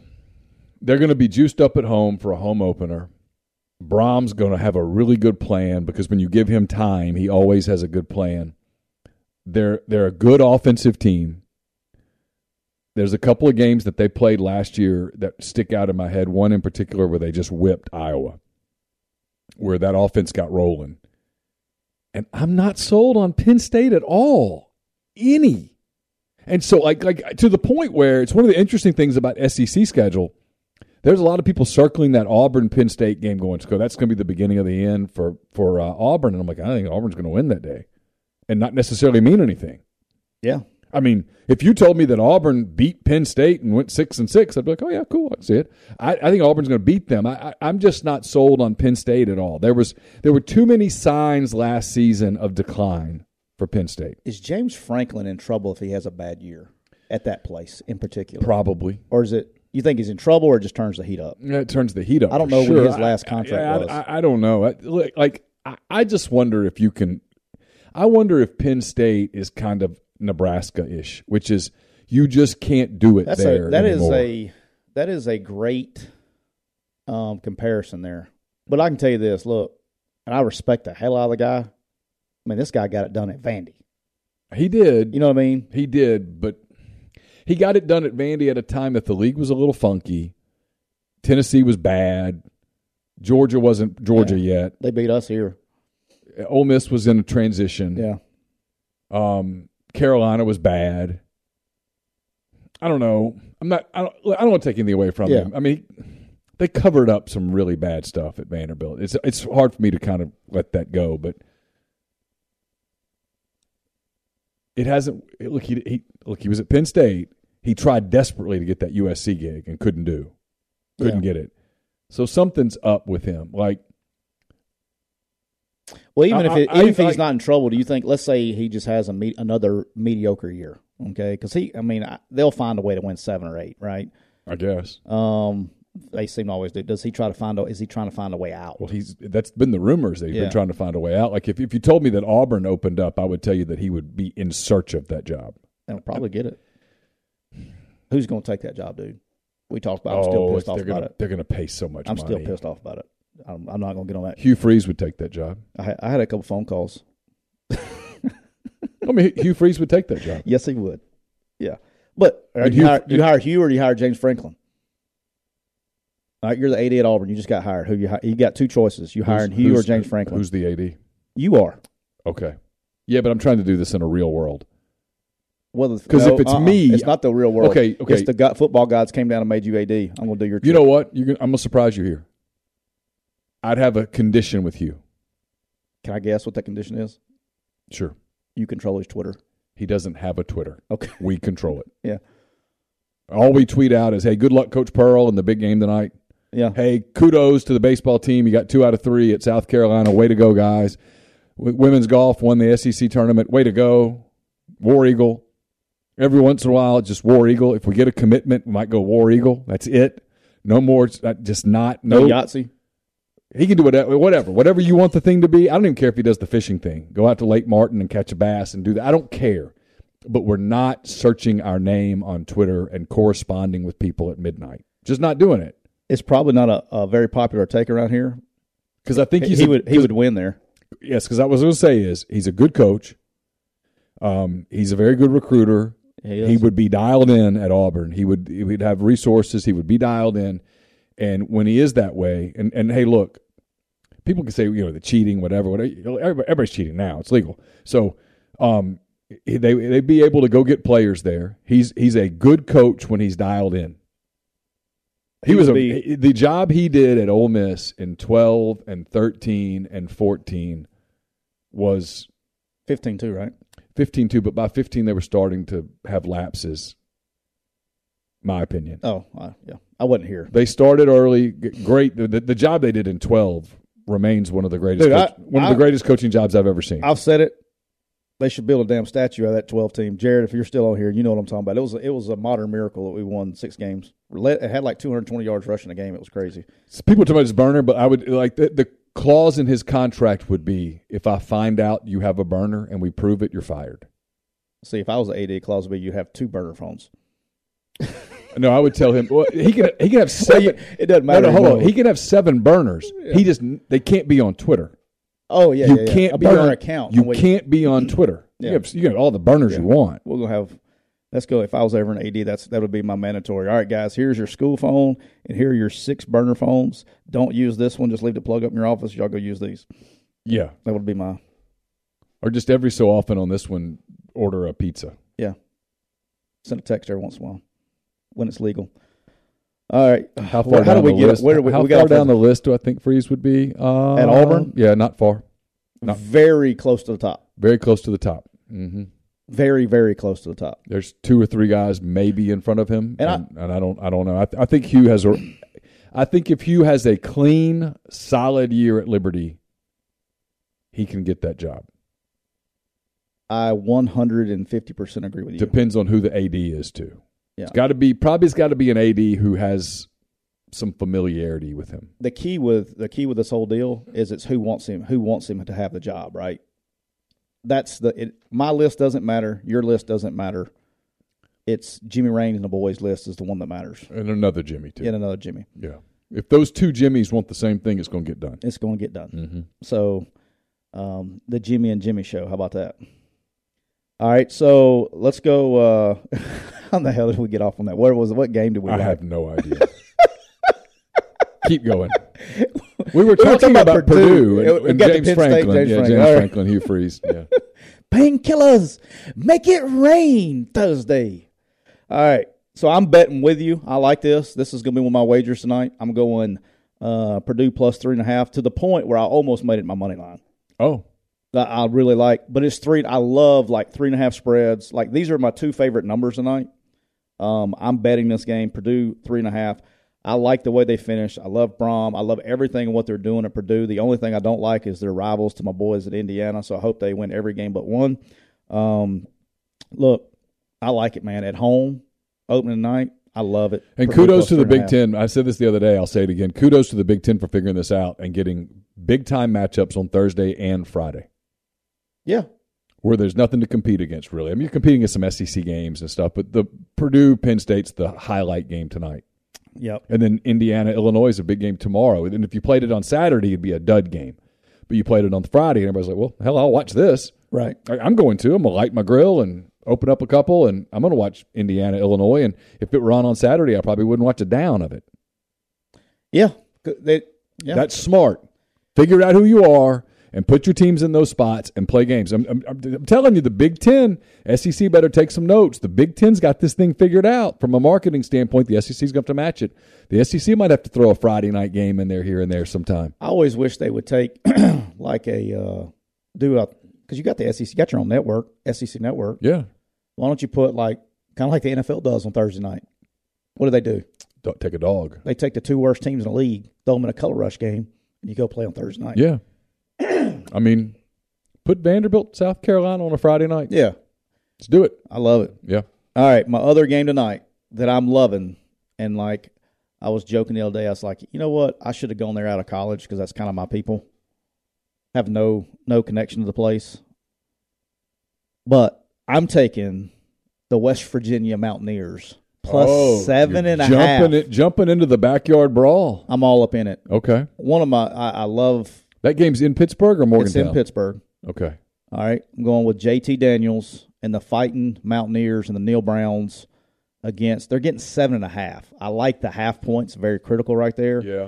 they're going to be juiced up at home for a home opener. Brahms going to have a really good plan because when you give him time, he always has a good plan. They're they're a good offensive team. There's a couple of games that they played last year that stick out in my head. One in particular where they just whipped Iowa, where that offense got rolling. And I'm not sold on Penn State at all, any. And so, like, like to the point where it's one of the interesting things about SEC schedule there's a lot of people circling that Auburn Penn State game going, so that's going to be the beginning of the end for for uh, Auburn. And I'm like, I think Auburn's going to win that day, and not necessarily mean anything. Yeah. I mean, if you told me that Auburn beat Penn State and went six and six, I'd be like, oh yeah, cool, I can see it. I, I think Auburn's going to beat them. I, I, I'm just not sold on Penn State at all. There was there were too many signs last season of decline for Penn State. Is James Franklin in trouble if he has a bad year at that place in particular? Probably. or is it you think he's in trouble or just turns the heat up? Yeah, it turns the heat up. I don't for know when sure. his last I- I, contract yeah, was. I, I, I don't know. I, like, like I, I just wonder if you can. I wonder if Penn State is kind of Nebraska ish, which is you just can't do it That's there. a that is anymore. a that is a great um, comparison there. But I can tell you this, look, and I respect the hell out of the guy. I mean, this guy got it done at Vandy. He did. You know what I mean? He did, but he got it done at Vandy at a time that the league was a little funky. Tennessee was bad. Georgia wasn't Georgia They beat us here. yet. Ole Miss was in a transition. Yeah. Um, Carolina was bad. I don't know. I'm not. I don't. I don't want to take anything away from Yeah. him. I mean, they covered up some really bad stuff at Vanderbilt. It's it's hard for me to kind of let that go, but it hasn't. it- Look, he, he look. He was at Penn State. He tried desperately to get that USC gig and couldn't do. Couldn't get it. So something's up with him. Like Well, even if I- it, I- even I if he's think- not in trouble, do you think? Let's say he just has a me, another mediocre year, okay? Because he, I mean, I, they'll find a way to win seven or eight, right? I guess. Um, they seem to always do. Does he try to find? A, is he trying to find a way out? Well, he's that's been the rumors that he's Yeah. been trying to find a way out. Like if if you told me that Auburn opened up, I would tell you that he would be in search of that job. They'll probably get it. Who's going to take that job, dude? We talked about. I'm still Oh, pissed off they're gonna about it. they're gonna pay so much. I'm money. still pissed off about it. I'm, I'm not going to get on that. Hugh Freeze would take that job. I, had- I had a couple phone calls. I mean, Hugh Freeze would take that job. Yes, he would. Yeah, but uh, Would you, you- hire, you hire Hugh or you hire James Franklin. All right, you're the AD at Auburn. You just got hired. Who you hi- you got two choices. <laughs> You hiring Who's- Hugh or who's- James Franklin. Who's the AD? You are. Okay, yeah, but I'm trying to do this in a real world. Well, uh-uh. 'Cause if it's me- it's not the real world. Okay, okay. It's the go- football gods came down and made you AD. I'm going to do your. You trick. know what? You're gonna, I'm gonna surprise you here. I'd have a condition with you. Can I guess what that condition is? Sure, You control his Twitter. he doesn't have a Twitter. Okay. We control it. Yeah. All we tweet out is, "Hey, good luck, Coach Pearl, in the big game tonight." Yeah. hey, kudos to the baseball team. You got two out of three at South Carolina. Way to go, guys. W- women's golf won the SEC tournament. Way to go. War Eagle. Every once in a while, just War Eagle. If we get a commitment, we might go War Eagle. That's it. No more. it's not- Just not. No No. Yahtzee. he can do whatever, whatever. Whatever you want the thing to be. I don't even care if he does the fishing thing. Go out to Lake Martin and catch a bass and do that. I don't care. But we're not searching our name on Twitter and corresponding with people at midnight. Just not doing it. It's probably not a, a very popular take around here. Because I think He, he's he a- would he would win there. Yes, because I was going to say is he's a good coach. Um, he's a very good recruiter. He, He would be dialed in at Auburn. He would he would have resources. He would be dialed in, and when he is that way, and and hey, look, people can say you know the cheating, whatever, whatever. you know, Everybody, everybody's cheating now; it's legal. So, um, he- they they'd be able to go get players there. He's he's a good coach when he's dialed in. He, He was a, would be- the job he did at Ole Miss in twelve and thirteen and fourteen was fifteen too, right? 15 2, but by 15, they were starting to have lapses, my opinion. Oh, uh, yeah. I wasn't here. They started early. g- Great. The, the job they did in 12 remains one of the greatest Dude, I- coach- one of I- the greatest coaching jobs I've ever seen. I've said it. They should build a damn statue out of that twelve team. Jared, if you're still on here, you know what I'm talking about. It was it was a modern miracle that we won six games. Let- It had like 220 yards rushing a game. It was crazy. So people talk about his burner, but I would like the, the clause in his contract would be if I find out you have a burner and we prove it, you're fired. See, if I was the AD Clausby, you'd have two burner phones. No, I would tell him. Well, he can he can <laughs> have seven. you- it doesn't matter No, no, hold on. anymore. He can have seven burners. He just they can't be on Twitter. Oh yeah, you yeah, yeah. can't a be burner on account. You and we- can't be on Twitter. Yeah. You, have, you have all the burners you want. We're gonna have. Let's go. If I was ever an AD, that's that would be my mandatory. All right, guys, here's your school phone, and here are your six burner phones. Don't use this one. Just leave the plug up in your office. Y'all go use these. Yeah, That would be my or just every so often on this one, order a pizza. yeah. Send a text every once in a while when it's legal. All right. How far Well, how down do we the get? list? Where do we, how we far got down the list do I think Freeze would be? Uh, At Auburn? Yeah, not far. no. Very close to the top. Very close to the top. hmm Very very close to the top. There's two or three guys maybe in front of him, And and I- and I, don't I don't know. I, th- I think Hugh has a, I think if Hugh has a clean, solid year at Liberty, he can get that job. I 150% agree with you. Depends on who the AD is too. Yeah. It's got to be probably it's got to be an AD who has some familiarity with him. the key with the key with this whole deal is it's who wants him who wants him to have the job right that's the it, my list doesn't matter your list doesn't matter it's jimmy raines and the boys list is the one that matters And another Jimmy too. yet another jimmy Yeah. If those two Jimmies want the same thing, it's going to get done. it's going to get done Mm-hmm. so um, the jimmy and jimmy show how about that all right so let's go uh <laughs> how the hell did we get off on that where was what game did we I like? have <laughs> no idea. Keep going. We were talking, talking about, about Purdue, Purdue. and, Yeah, we and got to James Penn State, Franklin. James yeah, Franklin. James All right. Franklin, Hugh Freeze. <laughs> Yeah. painkillers. Make it rain Thursday. All right. So I'm betting with you. I like this. This is going to be one of my wagers tonight. I'm going uh, Purdue plus three and a half to the point where I almost made it my money line. Oh, That I really like, but it's three. I love like three and a half spreads. Like these are my two favorite numbers tonight. Um, I'm betting this game Purdue three and a half. I like the way they finish. I love Brom. I love everything and what they're doing at Purdue. The only thing I don't like is their rivals to my boys at Indiana. So I hope they win every game but one. Um, look, I like it, man. At home, opening night, I love it. and Purdue kudos plus to the three Big and a half. Ten. I said this the other day. I'll say it again. Kudos to the Big Ten for figuring this out and getting big time matchups on Thursday and Friday, Yeah, where there's nothing to compete against really. I mean, you're competing against some SEC games and stuff, but the Purdue Penn State's the highlight game tonight. yep. And then Indiana, Illinois is a big game tomorrow. And if you played it on Saturday, it'd be a dud game. But you played it on Friday, and everybody's like, well, hell, I'll watch this. Right. I- I'm going to. I'm going to light my grill and open up a couple, and I'm going to watch Indiana, Illinois. And if it were on on Saturday, I probably wouldn't watch a down of it. Yeah. They, yeah. That's smart. Figure out who you are and put your teams in those spots and play games. I'm, I'm, I'm telling you, the Big Ten, SEC better take some notes. The Big Ten's got this thing figured out from a marketing standpoint. The SEC's going to have to match it. The SEC might have to throw a Friday night game in there here and there sometime. I always wish they would take <clears throat> like a uh, do a because you got the SEC, you got your own network, SEC network. Yeah, Why don't you put like kind of like the NFL does on Thursday night? What do they do? don't take a dog. They take the two worst teams in the league, throw them in a color rush game, and you go play on Thursday night. Yeah, <clears throat> I mean, put Vanderbilt, South Carolina on a Friday night. yeah, Let's do it. I love it. Yeah. All right, my other game tonight that I'm loving, and like I was joking the other day, I was like, you know what? I should have gone there out of college because that's kind of my people. Have no no connection to the place, but I'm taking the West Virginia Mountaineers plus Oh, seven you're and a half. jumping It, jumping into the backyard brawl. I'm all up in it. Okay. One of my I, I love That game's in Pittsburgh or it's Morgantown? in Pittsburgh. Okay. All right, I'm going with JT Daniels and the Fighting Mountaineers and the Neil Browns against. They're getting seven and a half. I like the half points. Very critical right there. Yeah.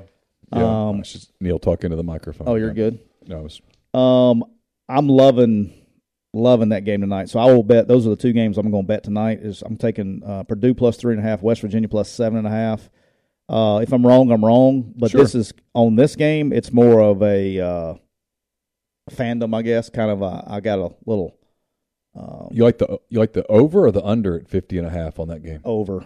Um, It's just Neil, talk into the microphone. Oh, you're good. No, it's- Um, I'm loving loving that game tonight. So I will bet those are the two games I'm going to bet tonight. Is I'm taking uh, Purdue plus three and a half, West Virginia plus seven and a half. Uh, if I'm wrong, I'm wrong. But Sure. this is on this game. It's more of a uh, fandom, I guess. Kind of. A, I got a little you like the you like the over or the under at 50 and a half on that game? over.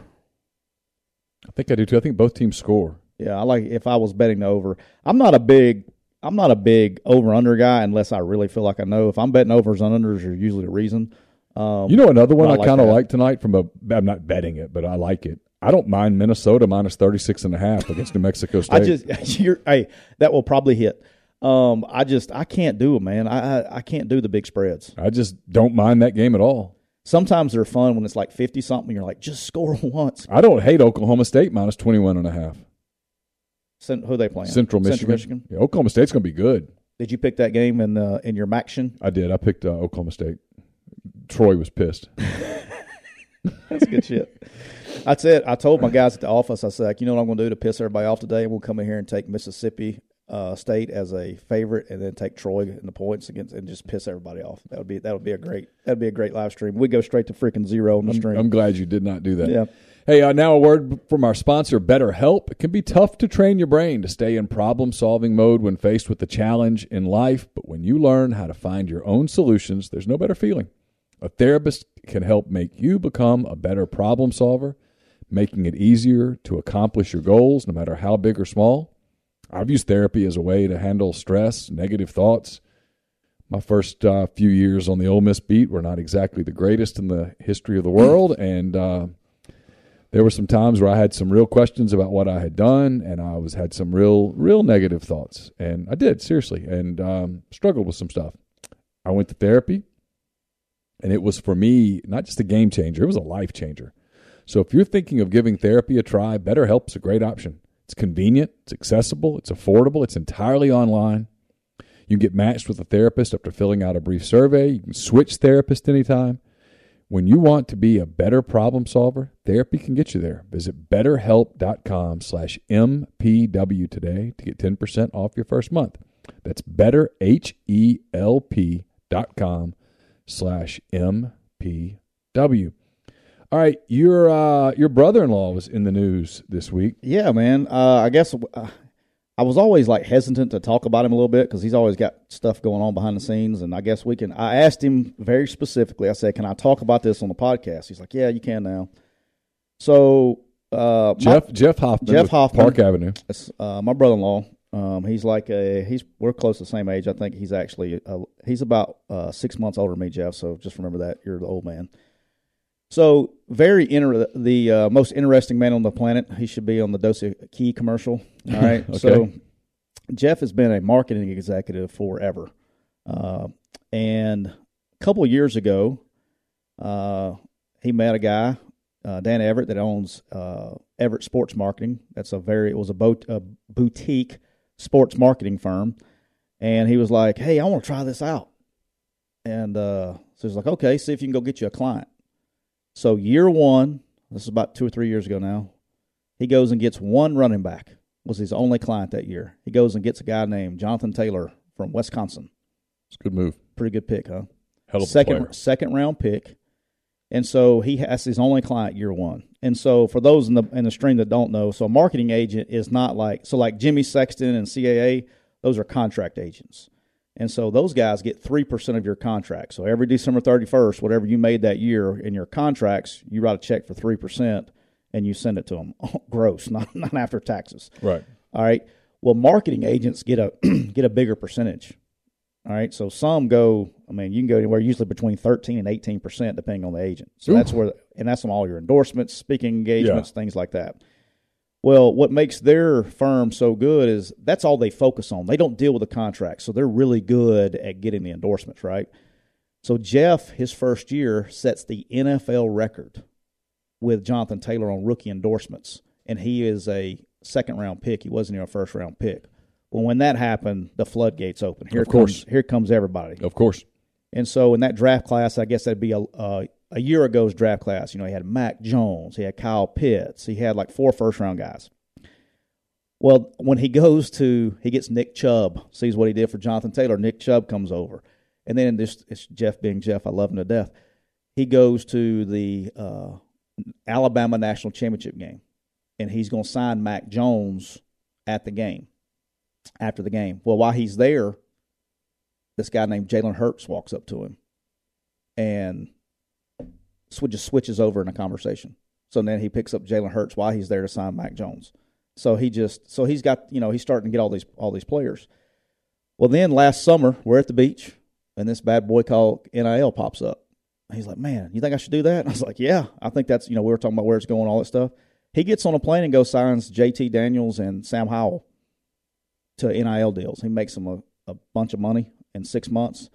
I think I do too. I think both teams score. Yeah, I like if I was betting the over. I'm not a big I'm not a big over under guy unless I really feel like I know. If I'm betting overs and unders are usually the reason. Um, You know another one I I, like kind of that. like tonight from a I'm not betting it, but I like it. I don't mind Minnesota minus 36 and a half against New Mexico State. <laughs> I just you're hey, that will probably hit. Um, I just I can't do it, man. I, I I can't do the big spreads. I just don't mind that game at all. Sometimes they're fun when it's like 50 something. You're like, just score <laughs> once. I don't hate Oklahoma State minus 21 and a half. Cent- who they playing? Central Michigan. Yeah, Oklahoma State's going to be good. Did you pick that game in the in your Maction? I did. I picked uh, Oklahoma State. Troy was pissed. That's good shit. That's it. I told my guys at the office. I said, like, you know what I'm going to do to piss everybody off today? We'll come in here and take Mississippi uh, State as a favorite, and then take Troy in the points against, and just piss everybody off. That would be that would be a great that'd be a great live stream. We go straight to freaking zero on the stream. I'm glad you did not do that. Yeah. Hey, uh, now a word from our sponsor, BetterHelp. It can be tough to train your brain to stay in problem solving mode when faced with a challenge in life, but when you learn how to find your own solutions, there's no better feeling. A therapist can help make you become a better problem solver, making it easier to accomplish your goals, no matter how big or small. I've used therapy as a way to handle stress, negative thoughts. My first uh, few years on the Ole Miss beat were not exactly the greatest in the history of the world, and uh, there were some times where I had some real questions about what I had done, and I was had some real, real negative thoughts, and I did seriously, and um, struggled with some stuff. I went to therapy, and it was for me not just a game changer; it was a life changer. So if you're thinking of giving therapy a try, BetterHelp's a great option. It's convenient, it's accessible, it's affordable, it's entirely online. You can get matched with a therapist after filling out a brief survey. You can switch therapist anytime. When you want to be a better problem solver, therapy can get you there. Visit betterhelp.com slash MPW today to get 10% off your first month. That's betterhelp.com slash MPW. All right, your uh, your brother in law was in the news this week. Yeah, man. Uh, I guess uh, I was always like hesitant to talk about him a little bit because he's always got stuff going on behind the scenes. And I guess we can. I asked him very specifically. I said, "Can I talk about this on the podcast?" He's like, "Yeah, you can now." So uh, my- Jeff Jeff Hoffman. Jeff with Hoffman. Park Avenue. It's, uh, my brother-in-law. Um, he's like a he's we're close to the same age. I think he's actually uh, he's about uh, six months older than me, Jeff. So just remember that you're the old man. So very inter- the uh, most interesting man on the planet. He should be on the Dosa Key commercial. All right. So Jeff has been a marketing executive forever, uh, and a couple of years ago, uh, he met a guy, uh, Dan Everett, that owns uh, Everett Sports Marketing. That's a very it was a, bo- a boutique sports marketing firm, and he was like, "Hey, I want to try this out," and uh, so he's like, "Okay, see if you can go get you a client." So year one, this is about two or three years ago now, he goes and gets one running back. Was his only client that year. He goes and gets a guy named Jonathan Taylor from Wisconsin. It's a good move. Pretty good pick, huh? Hell of a second player. second round pick, and so he has his only client year one. And so for those in the in the stream that don't know, so a marketing agent is not like so like Jimmy Sexton and CAA, those are contract agents, and so those guys get three percent of your contract. So every December thirty first, whatever you made that year in your contracts, you write a check for three percent and you send it to them <laughs> gross, not not after taxes. Right. All right. Well, marketing agents get a <clears throat> get a bigger percentage. All right. So some go. I mean, you can go anywhere, usually between thirteen and eighteen percent, depending on the agent. So that's where, and that's on all your endorsements, speaking engagements, things like that. Well, what makes their firm so good is that's all they focus on. They don't deal with the contracts, so they're really good at getting the endorsements, right? So Jeff, his first year, sets the NFL record with Jonathan Taylor on rookie endorsements, and he is a second round pick. He wasn't even a first round pick. Well, when that happened, the floodgates open. Here Of course. comes here comes everybody. Of course. And so in that draft class, I guess that'd be a uh, a year ago's draft class. You know, he had Mac Jones, he had Kyle Pitts, he had like four first round guys. Well, when he goes to, he gets Nick Chubb, sees what he did for Jonathan Taylor. Nick Chubb comes over, and then this it's Jeff being Jeff. I love him to death. He goes to the uh, Alabama national championship game, and he's going to sign Mac Jones at the game. After the game, well, while he's there, this guy named Jalen Hurts walks up to him and sw- just switches over in a conversation. So then he picks up Jalen Hurts while he's there to sign Mac Jones. So he just so he's got you know he's starting to get all these all these players. Well, then last summer we're at the beach and this bad boy called NIL pops up. He's like, "Man, you think I should do that?" <laughs> I was like, "Yeah, I think that's you know we were talking about where it's going, all that stuff." He gets on a plane and goes signs J.T. Daniels and Sam Howell to NIL deals. He makes them a, a bunch of money in six months,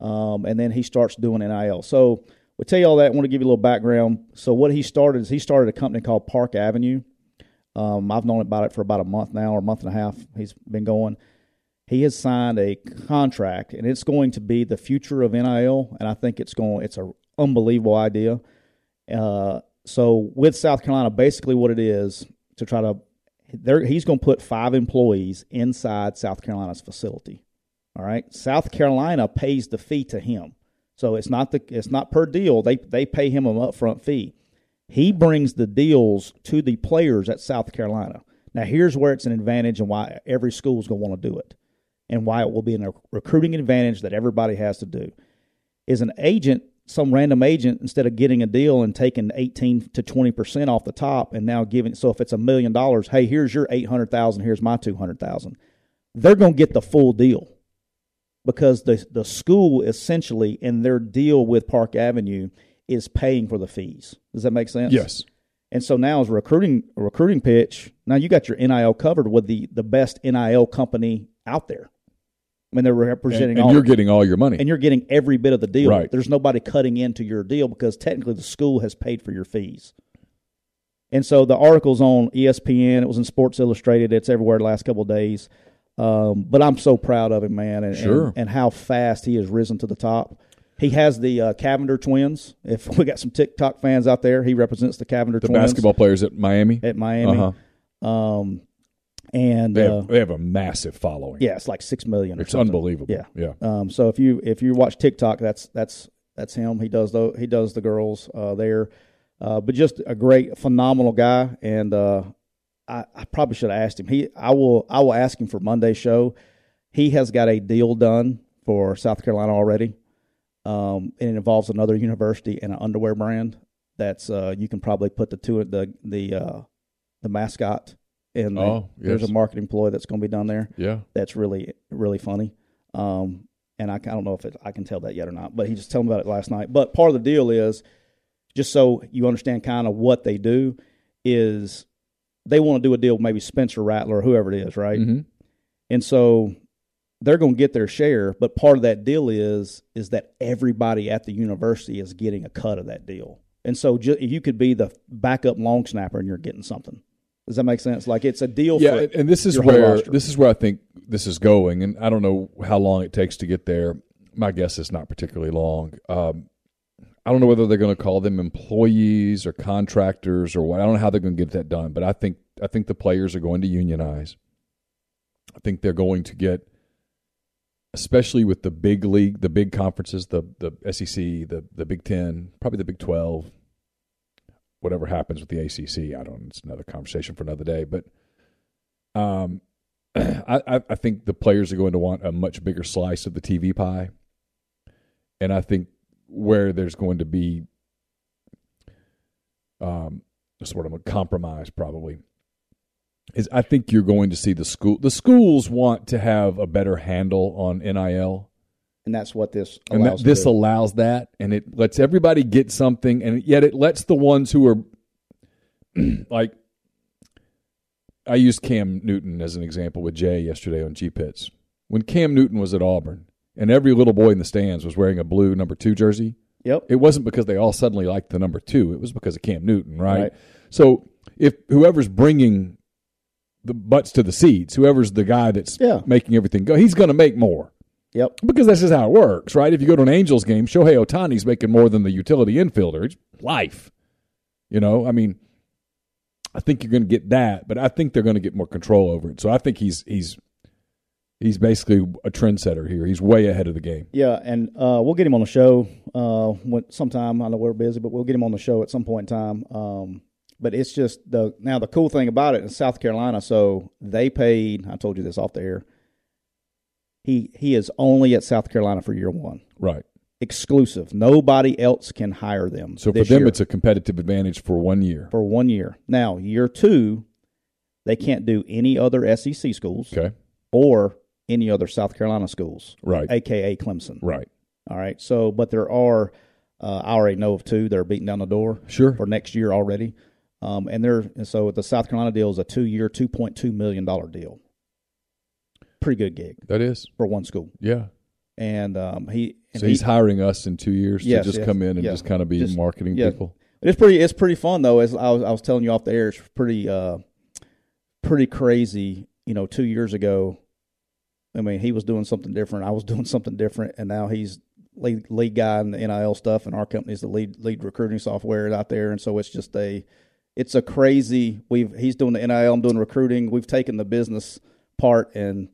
um, and then he starts doing NIL. So We tell you all that. I want to give you a little background. So what he started is he started a company called Park Avenue. Um, I've known about it for about a month now, or a month and a half. He's been going. He has signed a contract, and it's going to be the future of NIL. And I think it's going. It's an unbelievable idea. Uh, so with South Carolina, basically what it is to try to, there he's going to put five employees inside South Carolina's facility. All right, South Carolina pays the fee to him, so it's not the it's not per deal. They they pay him an upfront fee. He brings the deals to the players at South Carolina. Now here's where it's an advantage and why every school is going to want to do it, and why it will be a recruiting advantage that everybody has to do. Is an agent some random agent instead of getting a deal and taking 18 to 20% off the top and now giving so if it's a million dollars hey here's your 800000 here's my 200000 they're going to get the full deal because the, the school essentially in their deal with park avenue is paying for the fees does that make sense Yes. and so now as a recruiting a recruiting pitch now you got your nil covered with the the best nil company out there i mean they're And, representing and all you're getting all your money. and you're getting every bit of the deal. Right. There's nobody cutting into your deal because technically the school has paid for your fees. And so the article's on E ESPN. It was in Sports Illustrated. It's everywhere the last couple of days. Um, but I'm so proud of him, man, and, Sure. and, and how fast he has risen to the top. He has the uh, Cavender twins. If <laughs> we got some TikTok fans out there, he represents the Cavender the twins basketball players at Miami. at Miami. Um, and Uh-huh. They, uh, have, they have a massive following. yeah, it's like six million. Or It's something. unbelievable. Yeah. Yeah. Um, so if you if you watch TikTok, that's that's that's him. He does the he does the girls uh, there, uh, but just a great, phenomenal guy. And uh, I, I probably should have asked him. He I will I will ask him for Monday's show. He has got a deal done for South Carolina already, um, and it involves another university and an underwear brand. That's uh, you can probably put the two the the uh, the mascot in. there. Oh, There's yes. a marketing ploy that's going to be done there Yeah. that's really really funny. Um, and I, I don't know if it, I can tell that yet or not, but he just told me about it last night. But part of the deal is just so you understand kind of what they do is they want to do a deal with maybe Spencer Rattler or whoever it is, right? hmm And so they're going to get their share, but part of that deal is is that everybody at the university is getting a cut of that deal. And so ju- you could be the backup long snapper and you're getting something. Does that make sense? Like it's a deal Yeah, for and, and this is your whole where roster. this is where I think this is going, and I don't know how long it takes to get there. My guess is not particularly long. Um, I don't know whether they're going to call them employees or contractors or what. I don't know how they're going to get that done, but I think I think the players are going to unionize. I think they're going to get, especially with the big league, the big conferences, the the SEC, the the Big Ten, probably the Big Twelve. Whatever happens with the ACC, I don't. It's another conversation for another day, but um, <clears throat> I, I- I think the players are going to want a much bigger slice of the TV pie, and I think where there's going to be um, sort of a compromise probably is I think you're going to see the school the schools want to have a better handle on NIL and that's what this and that, allows. this to. allows that and it lets everybody get something and yet it lets the ones who are <clears throat> like i used cam newton as an example with jay yesterday on g-pits when cam newton was at auburn and every little boy in the stands was wearing a blue number two jersey yep. it wasn't because they all suddenly liked the number two. It was because of Cam Newton, right? Right. So if whoever's bringing the butts to the seats, whoever's the guy that's Yeah. making everything go, he's going to make more. Yep. Because that's just how it works, right? If you go to an Angels game, Shohei Otani's making more than the utility infielder. It's life. You know, I mean, I think you're going to get that, but I think they're going to get more control over it. So I think he's he's he's basically a trendsetter here. He's way ahead of the game. Yeah, and uh, we'll get him on the show uh, when, sometime. I know we're busy, but we'll get him on the show at some point in time. Um, but it's just the now the cool thing about it in South Carolina. So they paid. I told you this off the air. He he is only at South Carolina for year one, Right. exclusive. Nobody else can hire them. So for this them, year, it's a competitive advantage for one year. for one year. Now year two, they can't do any other SEC schools Okay. or any other South Carolina schools, Right. aka Clemson. Right. All right. So, but there are, uh, I already know of two that are beating down the door Sure. for next year already. Um, and they're, and so the South Carolina deal is a two year, $2.2 million deal. Pretty good gig That is. for one school. Yeah. and um, he and So he- he's hiring us in two years Yes, to just yes, come in and yes. just kind of be Just- marketing yeah. people. It's pretty. It's pretty fun though. As I was, I was telling you off the air, it's pretty, uh, pretty crazy. You know, two years ago, I mean, he was doing something different. I was <laughs> doing something different, and now he's lead lead guy in the NIL stuff, and our company's the lead lead recruiting software out there. And so it's just a, it's a crazy. We've he's doing the NIL, I'm doing recruiting. We've taken the business part, and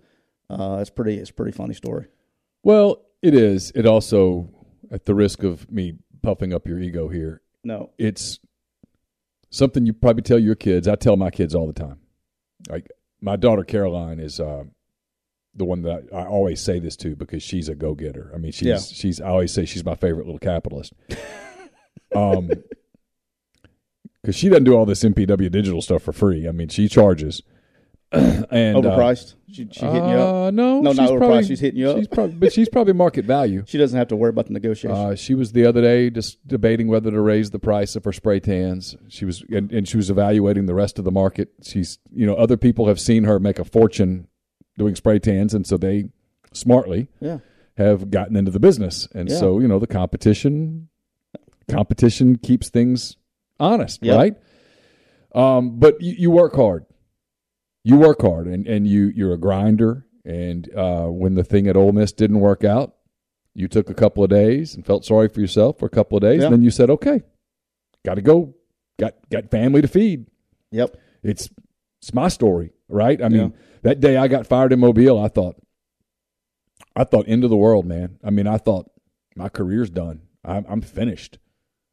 uh, it's pretty. It's a pretty funny story. Well, it is. It also, at the risk of me puffing up your ego here, No, it's something you probably tell your kids. I tell my kids all the time. Like my daughter Caroline is uh, the one that I, I always say this to because she's a go getter. I mean, she's Yeah. she's I always say she's my favorite little capitalist. um, because she doesn't do all this MPW digital stuff for free. I mean, she charges. <clears throat> and Oh, uh, overpriced. she she hitting you up. uh, No, No, she's not overpriced. probably- She's hitting you up. She's probably, but she's probably market value. She doesn't have to worry about the negotiation. Uh, she was the other day just debating whether to raise the price of her spray tans. She was and, and she was evaluating the rest of the market. She's you know other people have seen her make a fortune doing spray tans, and so they smartly yeah. have gotten into the business. And Yeah. so you know the competition competition keeps things honest, Yep. right? Um, but you, you work hard. You work hard, and, and you you're a grinder. And uh, when the thing at Ole Miss didn't work out, you took a couple of days and felt sorry for yourself for a couple of days, Yeah. and then you said, "Okay, got to go. Got got family to feed. Yep. It's it's my story, right? I mean, that day I got fired in Mobile, I thought, I thought end of the world, man. I mean, I thought my career's done. I'm, I'm finished.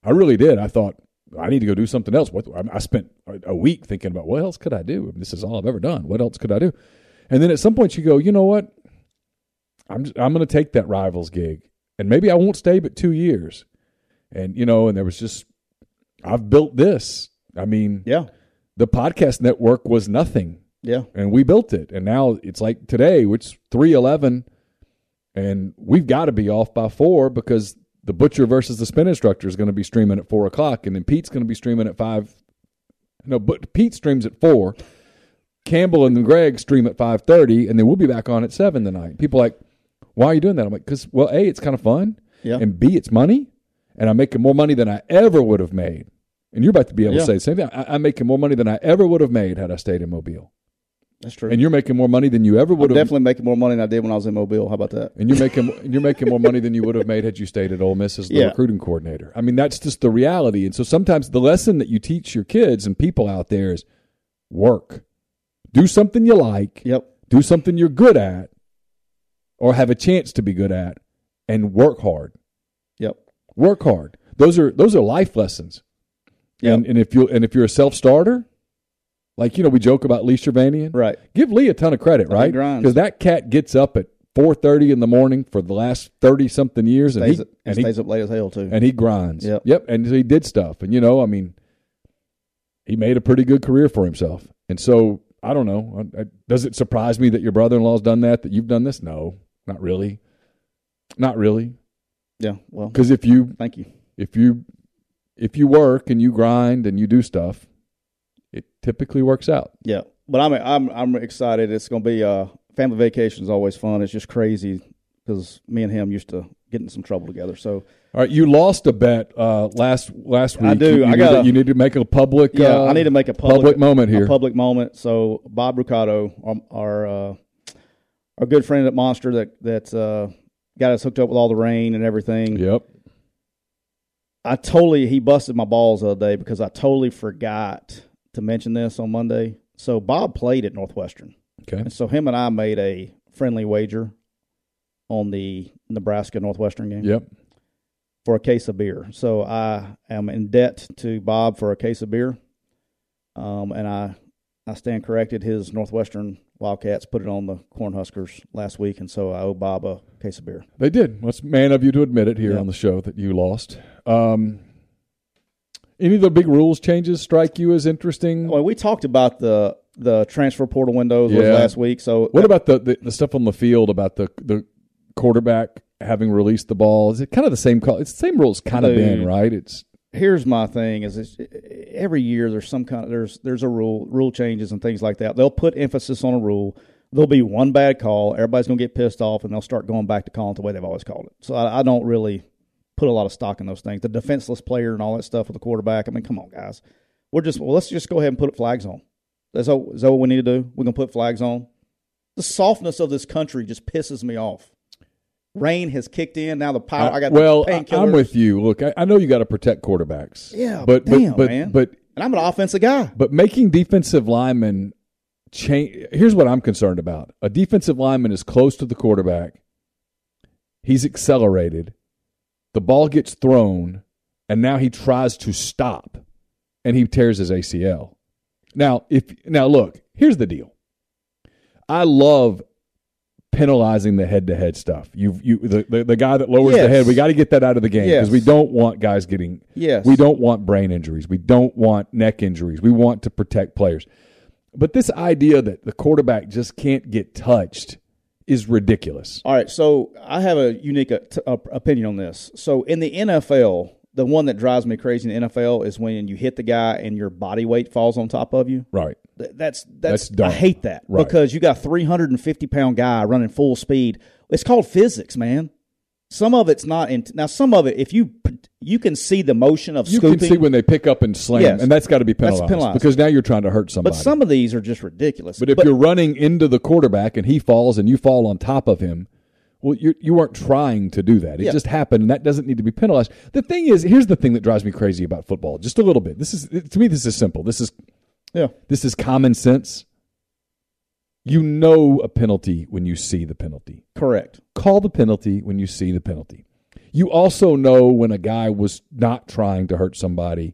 I really did. I thought I need to go do something else. What I- I spent a- a week thinking about what else could I do? This is all I've ever done. What else could I do? And then at some point you go, you know what? I'm just, I'm going to take that rivals gig, and maybe I won't stay but two years. And you know, and there was just I've built this. I mean, Yeah. the podcast network was nothing Yeah. and we built it and now it's like today which 311 and we've got to be off by four because the butcher versus the spin instructor is going to be streaming at four o'clock and then pete's going to be streaming at five no but pete streams at four campbell and greg stream at 5.30 and then we'll be back on at seven tonight people are like why are you doing that i'm like because well a it's kind of fun Yeah. and b it's money and i'm making more money than i ever would have made and you're about to be able Yeah. to say the same thing I, i'm making more money than i ever would have made had i stayed in mobile That's true. and you're making more money than you ever I'm would have. definitely making more money than I did when I was in Mobile. How about that? And you're making and you're making more money than you would have made had you stayed at Ole Miss as the Yeah. recruiting coordinator. I mean, that's just the reality. And so sometimes the lesson that you teach your kids and people out there is work, do something you like, Yep. do something you're good at, or have a chance to be good at, and work hard. Yep. Work hard. Those are those are life lessons. Yep. And and if you and if you're a self starter, like you know, we joke about Lee Shervanian, Right. give Lee a ton of credit, right? grinds. Because that cat gets up at four thirty in the morning for the last thirty something years, and Stays, he, and and, he stays up late as hell too. and he grinds. Yep. yep. And he did stuff, and you know, I mean, he made a pretty good career for himself, and so I don't know. I- I- Does it surprise me that your brother in law's done that? That you've done this? No, not really, not really. yeah. Well, Because if you thank you. if you if you work and you grind and you do stuff, it typically works out. Yeah. But I'm I'm I'm excited. It's going to be uh family vacation is always fun. It's just crazy because me and him used to get in some trouble together. So All right, you lost a bet uh, last last week. I do. You, you I need gotta- to- you need to make a public. yeah, uh, I need to make a public, moment here. A public moment. So Bob Rucato, um, our uh, our good friend at Monster that that uh, got us hooked up with all the rain and everything. Yep. I totally he busted my balls the other day because I totally forgot to mention this on Monday. So Bob played at Northwestern, Okay. and so him and I made a friendly wager on the Nebraska Northwestern game Yep. for a case of beer. So I am in debt to Bob for a case of beer, um, and I I stand corrected. His Northwestern Wildcats put it on the Cornhuskers last week, and so I owe Bob a case of beer. They did. That's man of you to admit it here Yeah. on the show that you lost. Um, any of the big rules changes strike you as interesting? Well, we talked about the the transfer portal windows was Yeah. last week, so What about the, the the stuff on the field about the the quarterback having released the ball? Is it kind of the same call? It's the same rules kind of Dude. been right. It's here's my thing is it's, every year there's some kind of there's there's a rule rule changes and things like that they'll put emphasis on a rule there'll be one bad call. Everybody's going to get pissed off, and they'll start going back to calling it the way they've always called it. So I, I don't really put a lot of stock in those things. The defenseless player and all that stuff with the quarterback. I mean, come on, guys. We're just well, let's just go ahead and put flags on. That's all, is that what we need to do? We're gonna put flags on. The softness of this country just pisses me off. Rain has kicked in. Now the power. I, got well, the I, painkillers. I'm with you. Look, I, I know you got to protect quarterbacks. Yeah, but damn, but but, man. but and I'm an offensive guy. But making defensive linemen change. Here's what I'm concerned about: a defensive lineman is close to the quarterback. He's accelerated. The ball gets thrown, and now he tries to stop, and he tears his ACL. Now, if now look, here's the deal. I love penalizing the head-to-head stuff. You, you, the, the, the guy that lowers the Yes. head. We got to get that out of the game because Yes. we don't want guys getting Yes. we don't want brain injuries. We don't want neck injuries. We want to protect players. But this idea that the quarterback just can't get touched is ridiculous. All right, so I have a unique uh, t- uh, opinion on this. So in the NFL, the one that drives me crazy in the NFL is when you hit the guy and your body weight falls on top of you. Right. Th- That's That's that's, dumb. I hate that Right. because you got a 350 pound guy running full speed. It's called physics, man. Some of it's not in now. Some of it, if you p- you can see the motion of You scooping, can see when they pick up and slam, Yes. and that's got to be That's penalized, penalized. because now you're trying to hurt somebody. but some of these are just ridiculous. But if you're running into the quarterback and he falls and you fall on top of him, well, you you weren't trying to do that. It Yeah. just happened, and that doesn't need to be penalized. The thing is, here's the thing that drives me crazy about football, just a little bit. This is to me, this is simple. This is yeah, this is common sense. You know a penalty when you see the penalty. correct. Call the penalty when you see the penalty. You also know when a guy was not trying to hurt somebody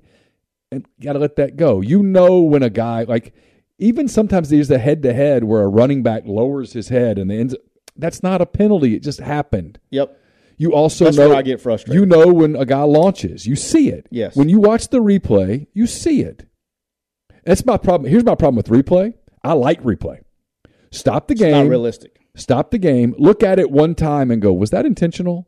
and got to let that go. You know when a guy like even sometimes there's a head to head where a running back lowers his head and the ends that's not a penalty. It just happened. Yep. You also That's know where I get frustrated. You know when a guy launches, you see it. Yes. When you watch the replay, you see it. That's my problem. Here's my problem with replay. I like replay. Stop the Not game. realistic. Stop the game. Look at it one time and go, was that intentional?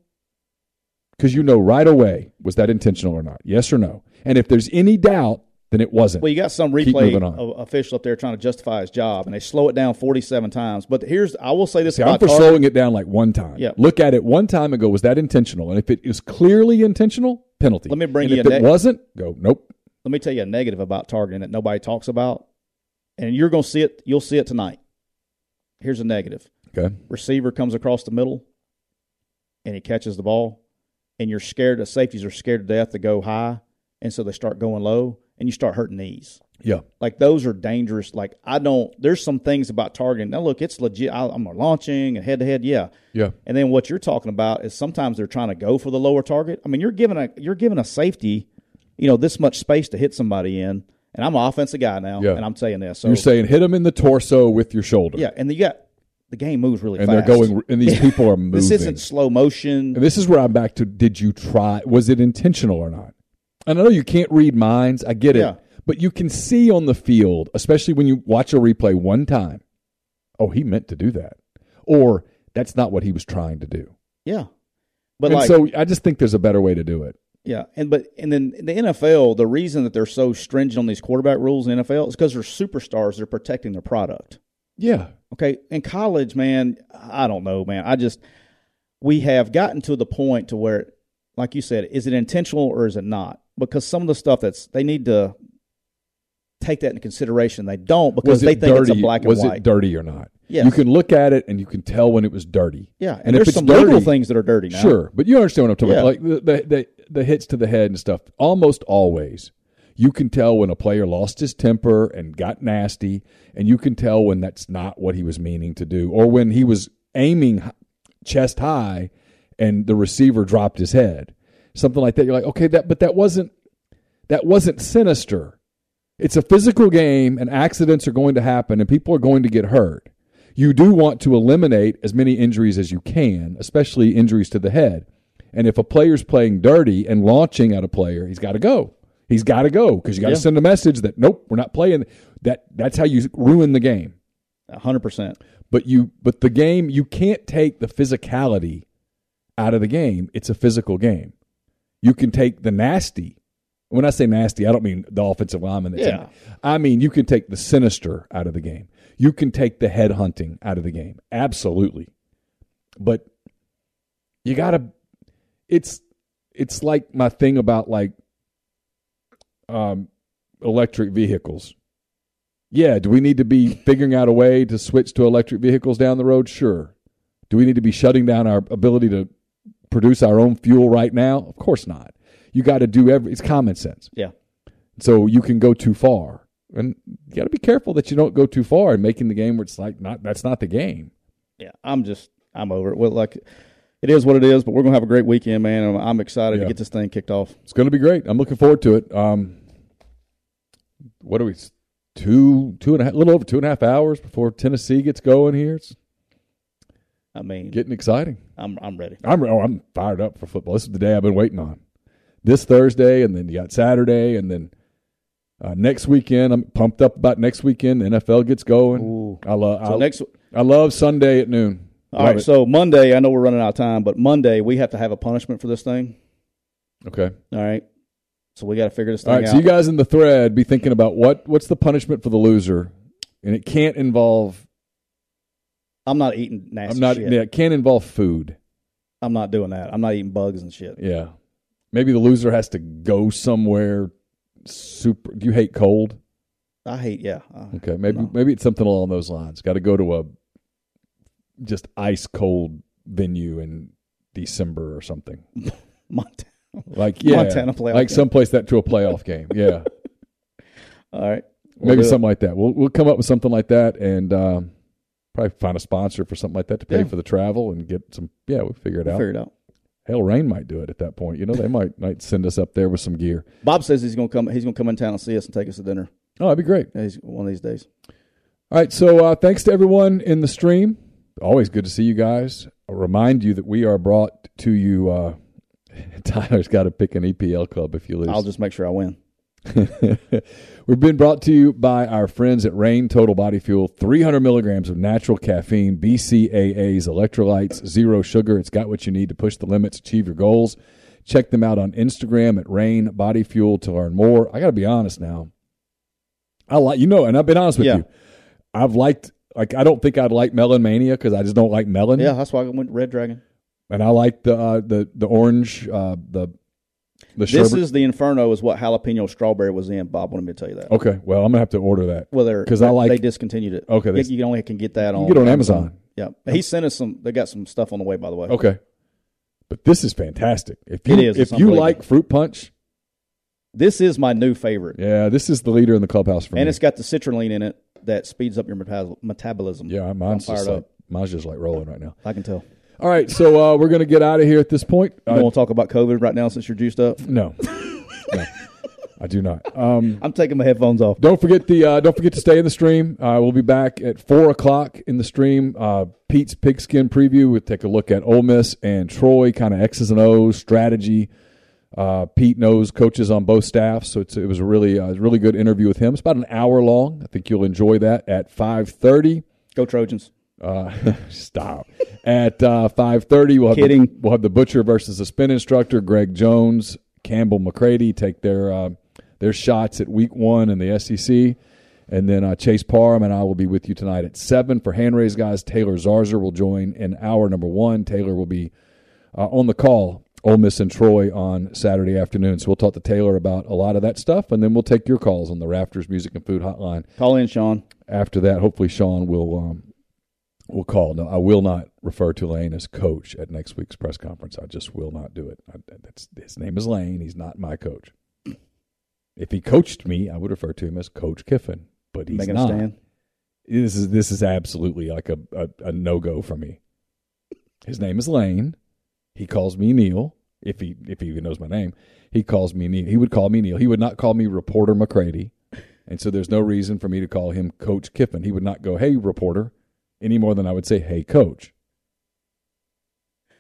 Because you know right away was that intentional or not? Yes or no. And if there's any doubt, then it wasn't. Well, you got some Keep replay moving on. o- official up there trying to justify his job, and they slow it down 47 times. But here's, I will say this See, I'm about for tar- slowing it down like one time. Yeah. Look at it one time and go, was that intentional? And if it is clearly intentional, penalty. Let me bring and you if a it ne- wasn't, go nope. Let me tell you a negative about targeting that nobody talks about, and you're going to see it. You'll see it tonight. Here's a negative: Okay. receiver comes across the middle, and he catches the ball, and you're scared. The safeties are scared to death to go high, and so they start going low, and you start hurting knees. Yeah. Like those are dangerous. Like I don't. There's some things about targeting. Now look, it's legit. I, I'm launching and head to head. Yeah, Yeah. And then what you're talking about is sometimes they're trying to go for the lower target. I mean, you're giving a you're giving a safety, you know, this much space to hit somebody in. And I'm an offensive guy now, Yeah. and I'm saying this. So You're saying hit them in the torso with your shoulder. yeah, and you got the game moves really And fast. they're going, and these people are moving. <laughs> This isn't slow motion. and this is where I'm back to did you try? Was it intentional or not? And I know you can't read minds. I get Yeah. it. But you can see on the field, especially when you watch a replay one time, oh, he meant to do that. Or that's not what he was trying to do. Yeah, but and like so I just think there's a better way to do it. yeah, and but and then the NFL, the reason that they're so stringent on these quarterback rules in NFL is because they're superstars. They're protecting their product. Yeah. Okay, in college, man, I don't know, man. I just we have gotten to the point to where, like you said, is it intentional or is it not? Because some of the stuff that's they need to take that into consideration. They don't because was they it think dirty? it's a black and was white. it dirty or not? Yes. You can look at it and you can tell when it was dirty. Yeah, and, And if there's it's some dirty- little things that are dirty now. Sure, but you understand what I'm talking Yeah. about. Like the, the the the hits to the head and stuff. Almost always, you can tell when a player lost his temper and got nasty, and you can tell when that's not what he was meaning to do, or when he was aiming h- chest high, and the receiver dropped his head, something like that. You're like, okay, that but that wasn't that wasn't sinister. It's a physical game, and accidents are going to happen, and people are going to get hurt. You do want to eliminate as many injuries as you can, especially injuries to the head. And if a player's playing dirty and launching at a player, he's got to go. He's got to go because you got to Yeah. send a message that nope, we're not playing. That that's how you ruin the game. hundred percent. But you, but the game, you can't take the physicality out of the game. It's a physical game. You can take the nasty When I say nasty, I don't mean the offensive lineman. That's in Yeah. it. I mean you can take the sinister out of the game. You can take the head hunting out of the game. Absolutely, but you gotta. It's it's like my thing about like um, electric vehicles. Yeah, do we need to be figuring out a way to switch to electric vehicles down the road? Sure. Do we need to be shutting down our ability to produce our own fuel right now? Of course not. You got to do every. It's common sense. Yeah. So you can go too far, and you got to be careful that you don't go too far and making the game where it's like not. That's not the game. yeah, I'm just I'm over it. Well, like it is what it is, but we're gonna have a great weekend, man. and I'm excited Yeah. to get this thing kicked off. It's going to be great. I'm looking forward to it. Um, what are we? s- Two, two and a half, little over two and a half hours before Tennessee gets going here. It's I mean, getting exciting. I'm I'm ready. I'm oh, I'm fired up for football. This is the day I've been waiting on. This Thursday, and then you got Saturday, and then uh, next weekend. I'm pumped up about next weekend. The NFL gets going. Ooh. I love. So I, next, I love Sunday at noon. all right. Love it. So Monday, I know we're running out of time, but Monday we have to have a punishment for this thing. okay. All right, so we got to figure this thing All right. out. So you guys in the thread be thinking about what what's the punishment for the loser, and it can't involve. I'm not eating nasty I'm not. shit. Yeah, it can't involve food. I'm not doing that. I'm not eating bugs and shit. Yeah. Maybe the loser has to go somewhere. Super. Do you hate cold? I hate. Yeah. Uh, <laughs> Okay, maybe No. maybe it's something along those lines. Got to go to a just ice cold venue in December or something. Montana. Like yeah, Montana playoff like game. someplace that to a playoff game. Yeah, All right. <laughs> We'll maybe do it. something like that. We'll we'll come up with something like that and um, probably find a sponsor for something like that to pay Yeah. for the travel and get some. Yeah, we'll figure it We'll out. figure it out. Hell, rain might do it at that point. You know, they might might send us up there with some gear. Bob says he's gonna come. He's gonna come in town and see us and take us to dinner. Oh, that'd be great. Yeah, He's one of these days. All right, so uh, thanks to everyone in the stream. Always good to see you guys. I'll remind you that we are brought to you. Uh, <laughs> Tyler's got to pick an EPL club if you lose. I'll just make sure I win. We've been brought to you by our friends at Rain Total Body Fuel 300 milligrams of natural caffeine, BCAAs, electrolytes, zero sugar. It's got what you need to push the limits, achieve your goals. Check them out on Instagram at Rain Body Fuel to learn more. I got to be honest now. I like, you know, and I've been honest with Yeah. you. I've liked, like, I don't think I'd like Melon Mania because I just don't like melon. Yeah, that's why I went Red Dragon. And I like the, uh, the, the orange, uh, the, the This sherbet. is the Inferno, is what jalapeno strawberry was in. Bob wanted me to tell you that. okay. Well, I'm going to have to order that. Well, they're 'Cause I like- they discontinued it. Okay, they- you, you only can get that You on can get it on Amazon. Yeah, he sent us some. They got some stuff on the way, by the way. Okay. But this is fantastic. If you It is. if It's you unbelievable. like fruit punch, This is my new favorite, yeah, this is the leader in the clubhouse for and me. it's got the citrulline in it that speeds up your metabol- metabolism. yeah, mine's I'm just fired like mine's just like rolling right now. I can tell. All right, so uh, we're gonna get out of here at this point. You Uh, want to talk about COVID right now since you're <laughs> juiced up? no, <laughs> no, I do not. Um, I'm taking my headphones off. don't forget the uh, don't forget to stay in the stream. Uh, we'll be back at four o'clock in the stream. Uh, Pete's pigskin preview. We'll take a look at Ole Miss and Troy, kind of X's and O's strategy. Uh, Pete knows coaches on both staffs, so it's, it was a really uh, really good interview with him. It's about an hour long. I think you'll enjoy that at five thirty. Go Trojans. Uh, <laughs> stop. At uh, five thirty, we'll have The, Kidding. we'll have the butcher versus the spin instructor. Greg Jones, Campbell McCready take their uh, their shots at week one in the SEC, and then uh, Chase Parham and I will be with you tonight at seven for hand raise guys. Taylor Zarzer will join in hour number one. Taylor will be uh, on the call. Ole Miss and Troy on Saturday afternoon. So we'll talk to Taylor about a lot of that stuff, and then we'll take your calls on the Rafters Music and Food Hotline Call in, Sean. after that, hopefully Sean will um, will call. No, I will not refer to Lane as coach at next week's press conference. I just will not do it. I, that's his name is Lane. He's not my coach. If he coached me, I would refer to him as Coach Kiffin, but he's Making a not. stand. This is this is absolutely like a, a, a no go for me. His name is Lane. He calls me Neil. If he if he even knows my name, he calls me Neil. He would call me Neil. He would not call me reporter McCready. And so there's no reason for me to call him Coach Kiffin. He would not go, hey, reporter, any more than I would say, hey, coach.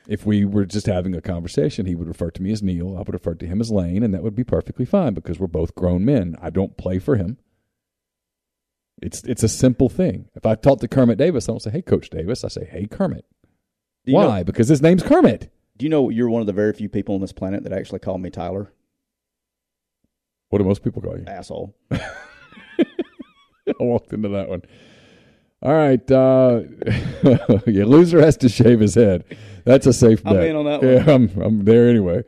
If we were just having a conversation, he would refer to me as Neil. I would refer to him as Lane, and that would be perfectly fine because we're both grown men. I don't play for him. It's it's a simple thing. If I talk to Kermit Davis, I don't say, hey, Coach Davis. I say, hey, Kermit. Do you Why? Know, because his name's Kermit. do you know you're one of the very few people on this planet that actually call me Tyler? What do most people call you? asshole. <laughs> I walked into that one. All right, uh, <laughs> your loser has to shave his head. That's a safe bet. I'm in on that Yeah, I'm, I'm there anyway.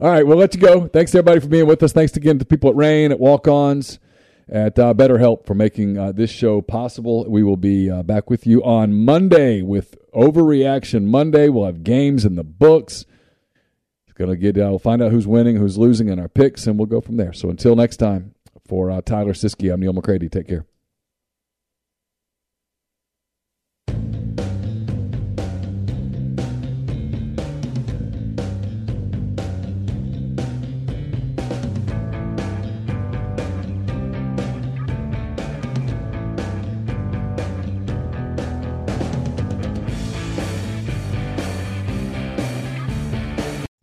All right, we'll let you go. Thanks to everybody for being with us. Thanks again to people at Rain, at Walk Ons, at uh, BetterHelp for making uh, this show possible. We will be uh, back with you on Monday with Overreaction Monday. We'll have games in the books. It's gonna get. Uh, we'll find out who's winning, who's losing, in our picks, and we'll go from there. So until next time, for uh, Tyler Siski, I'm Neil McCready. Take care.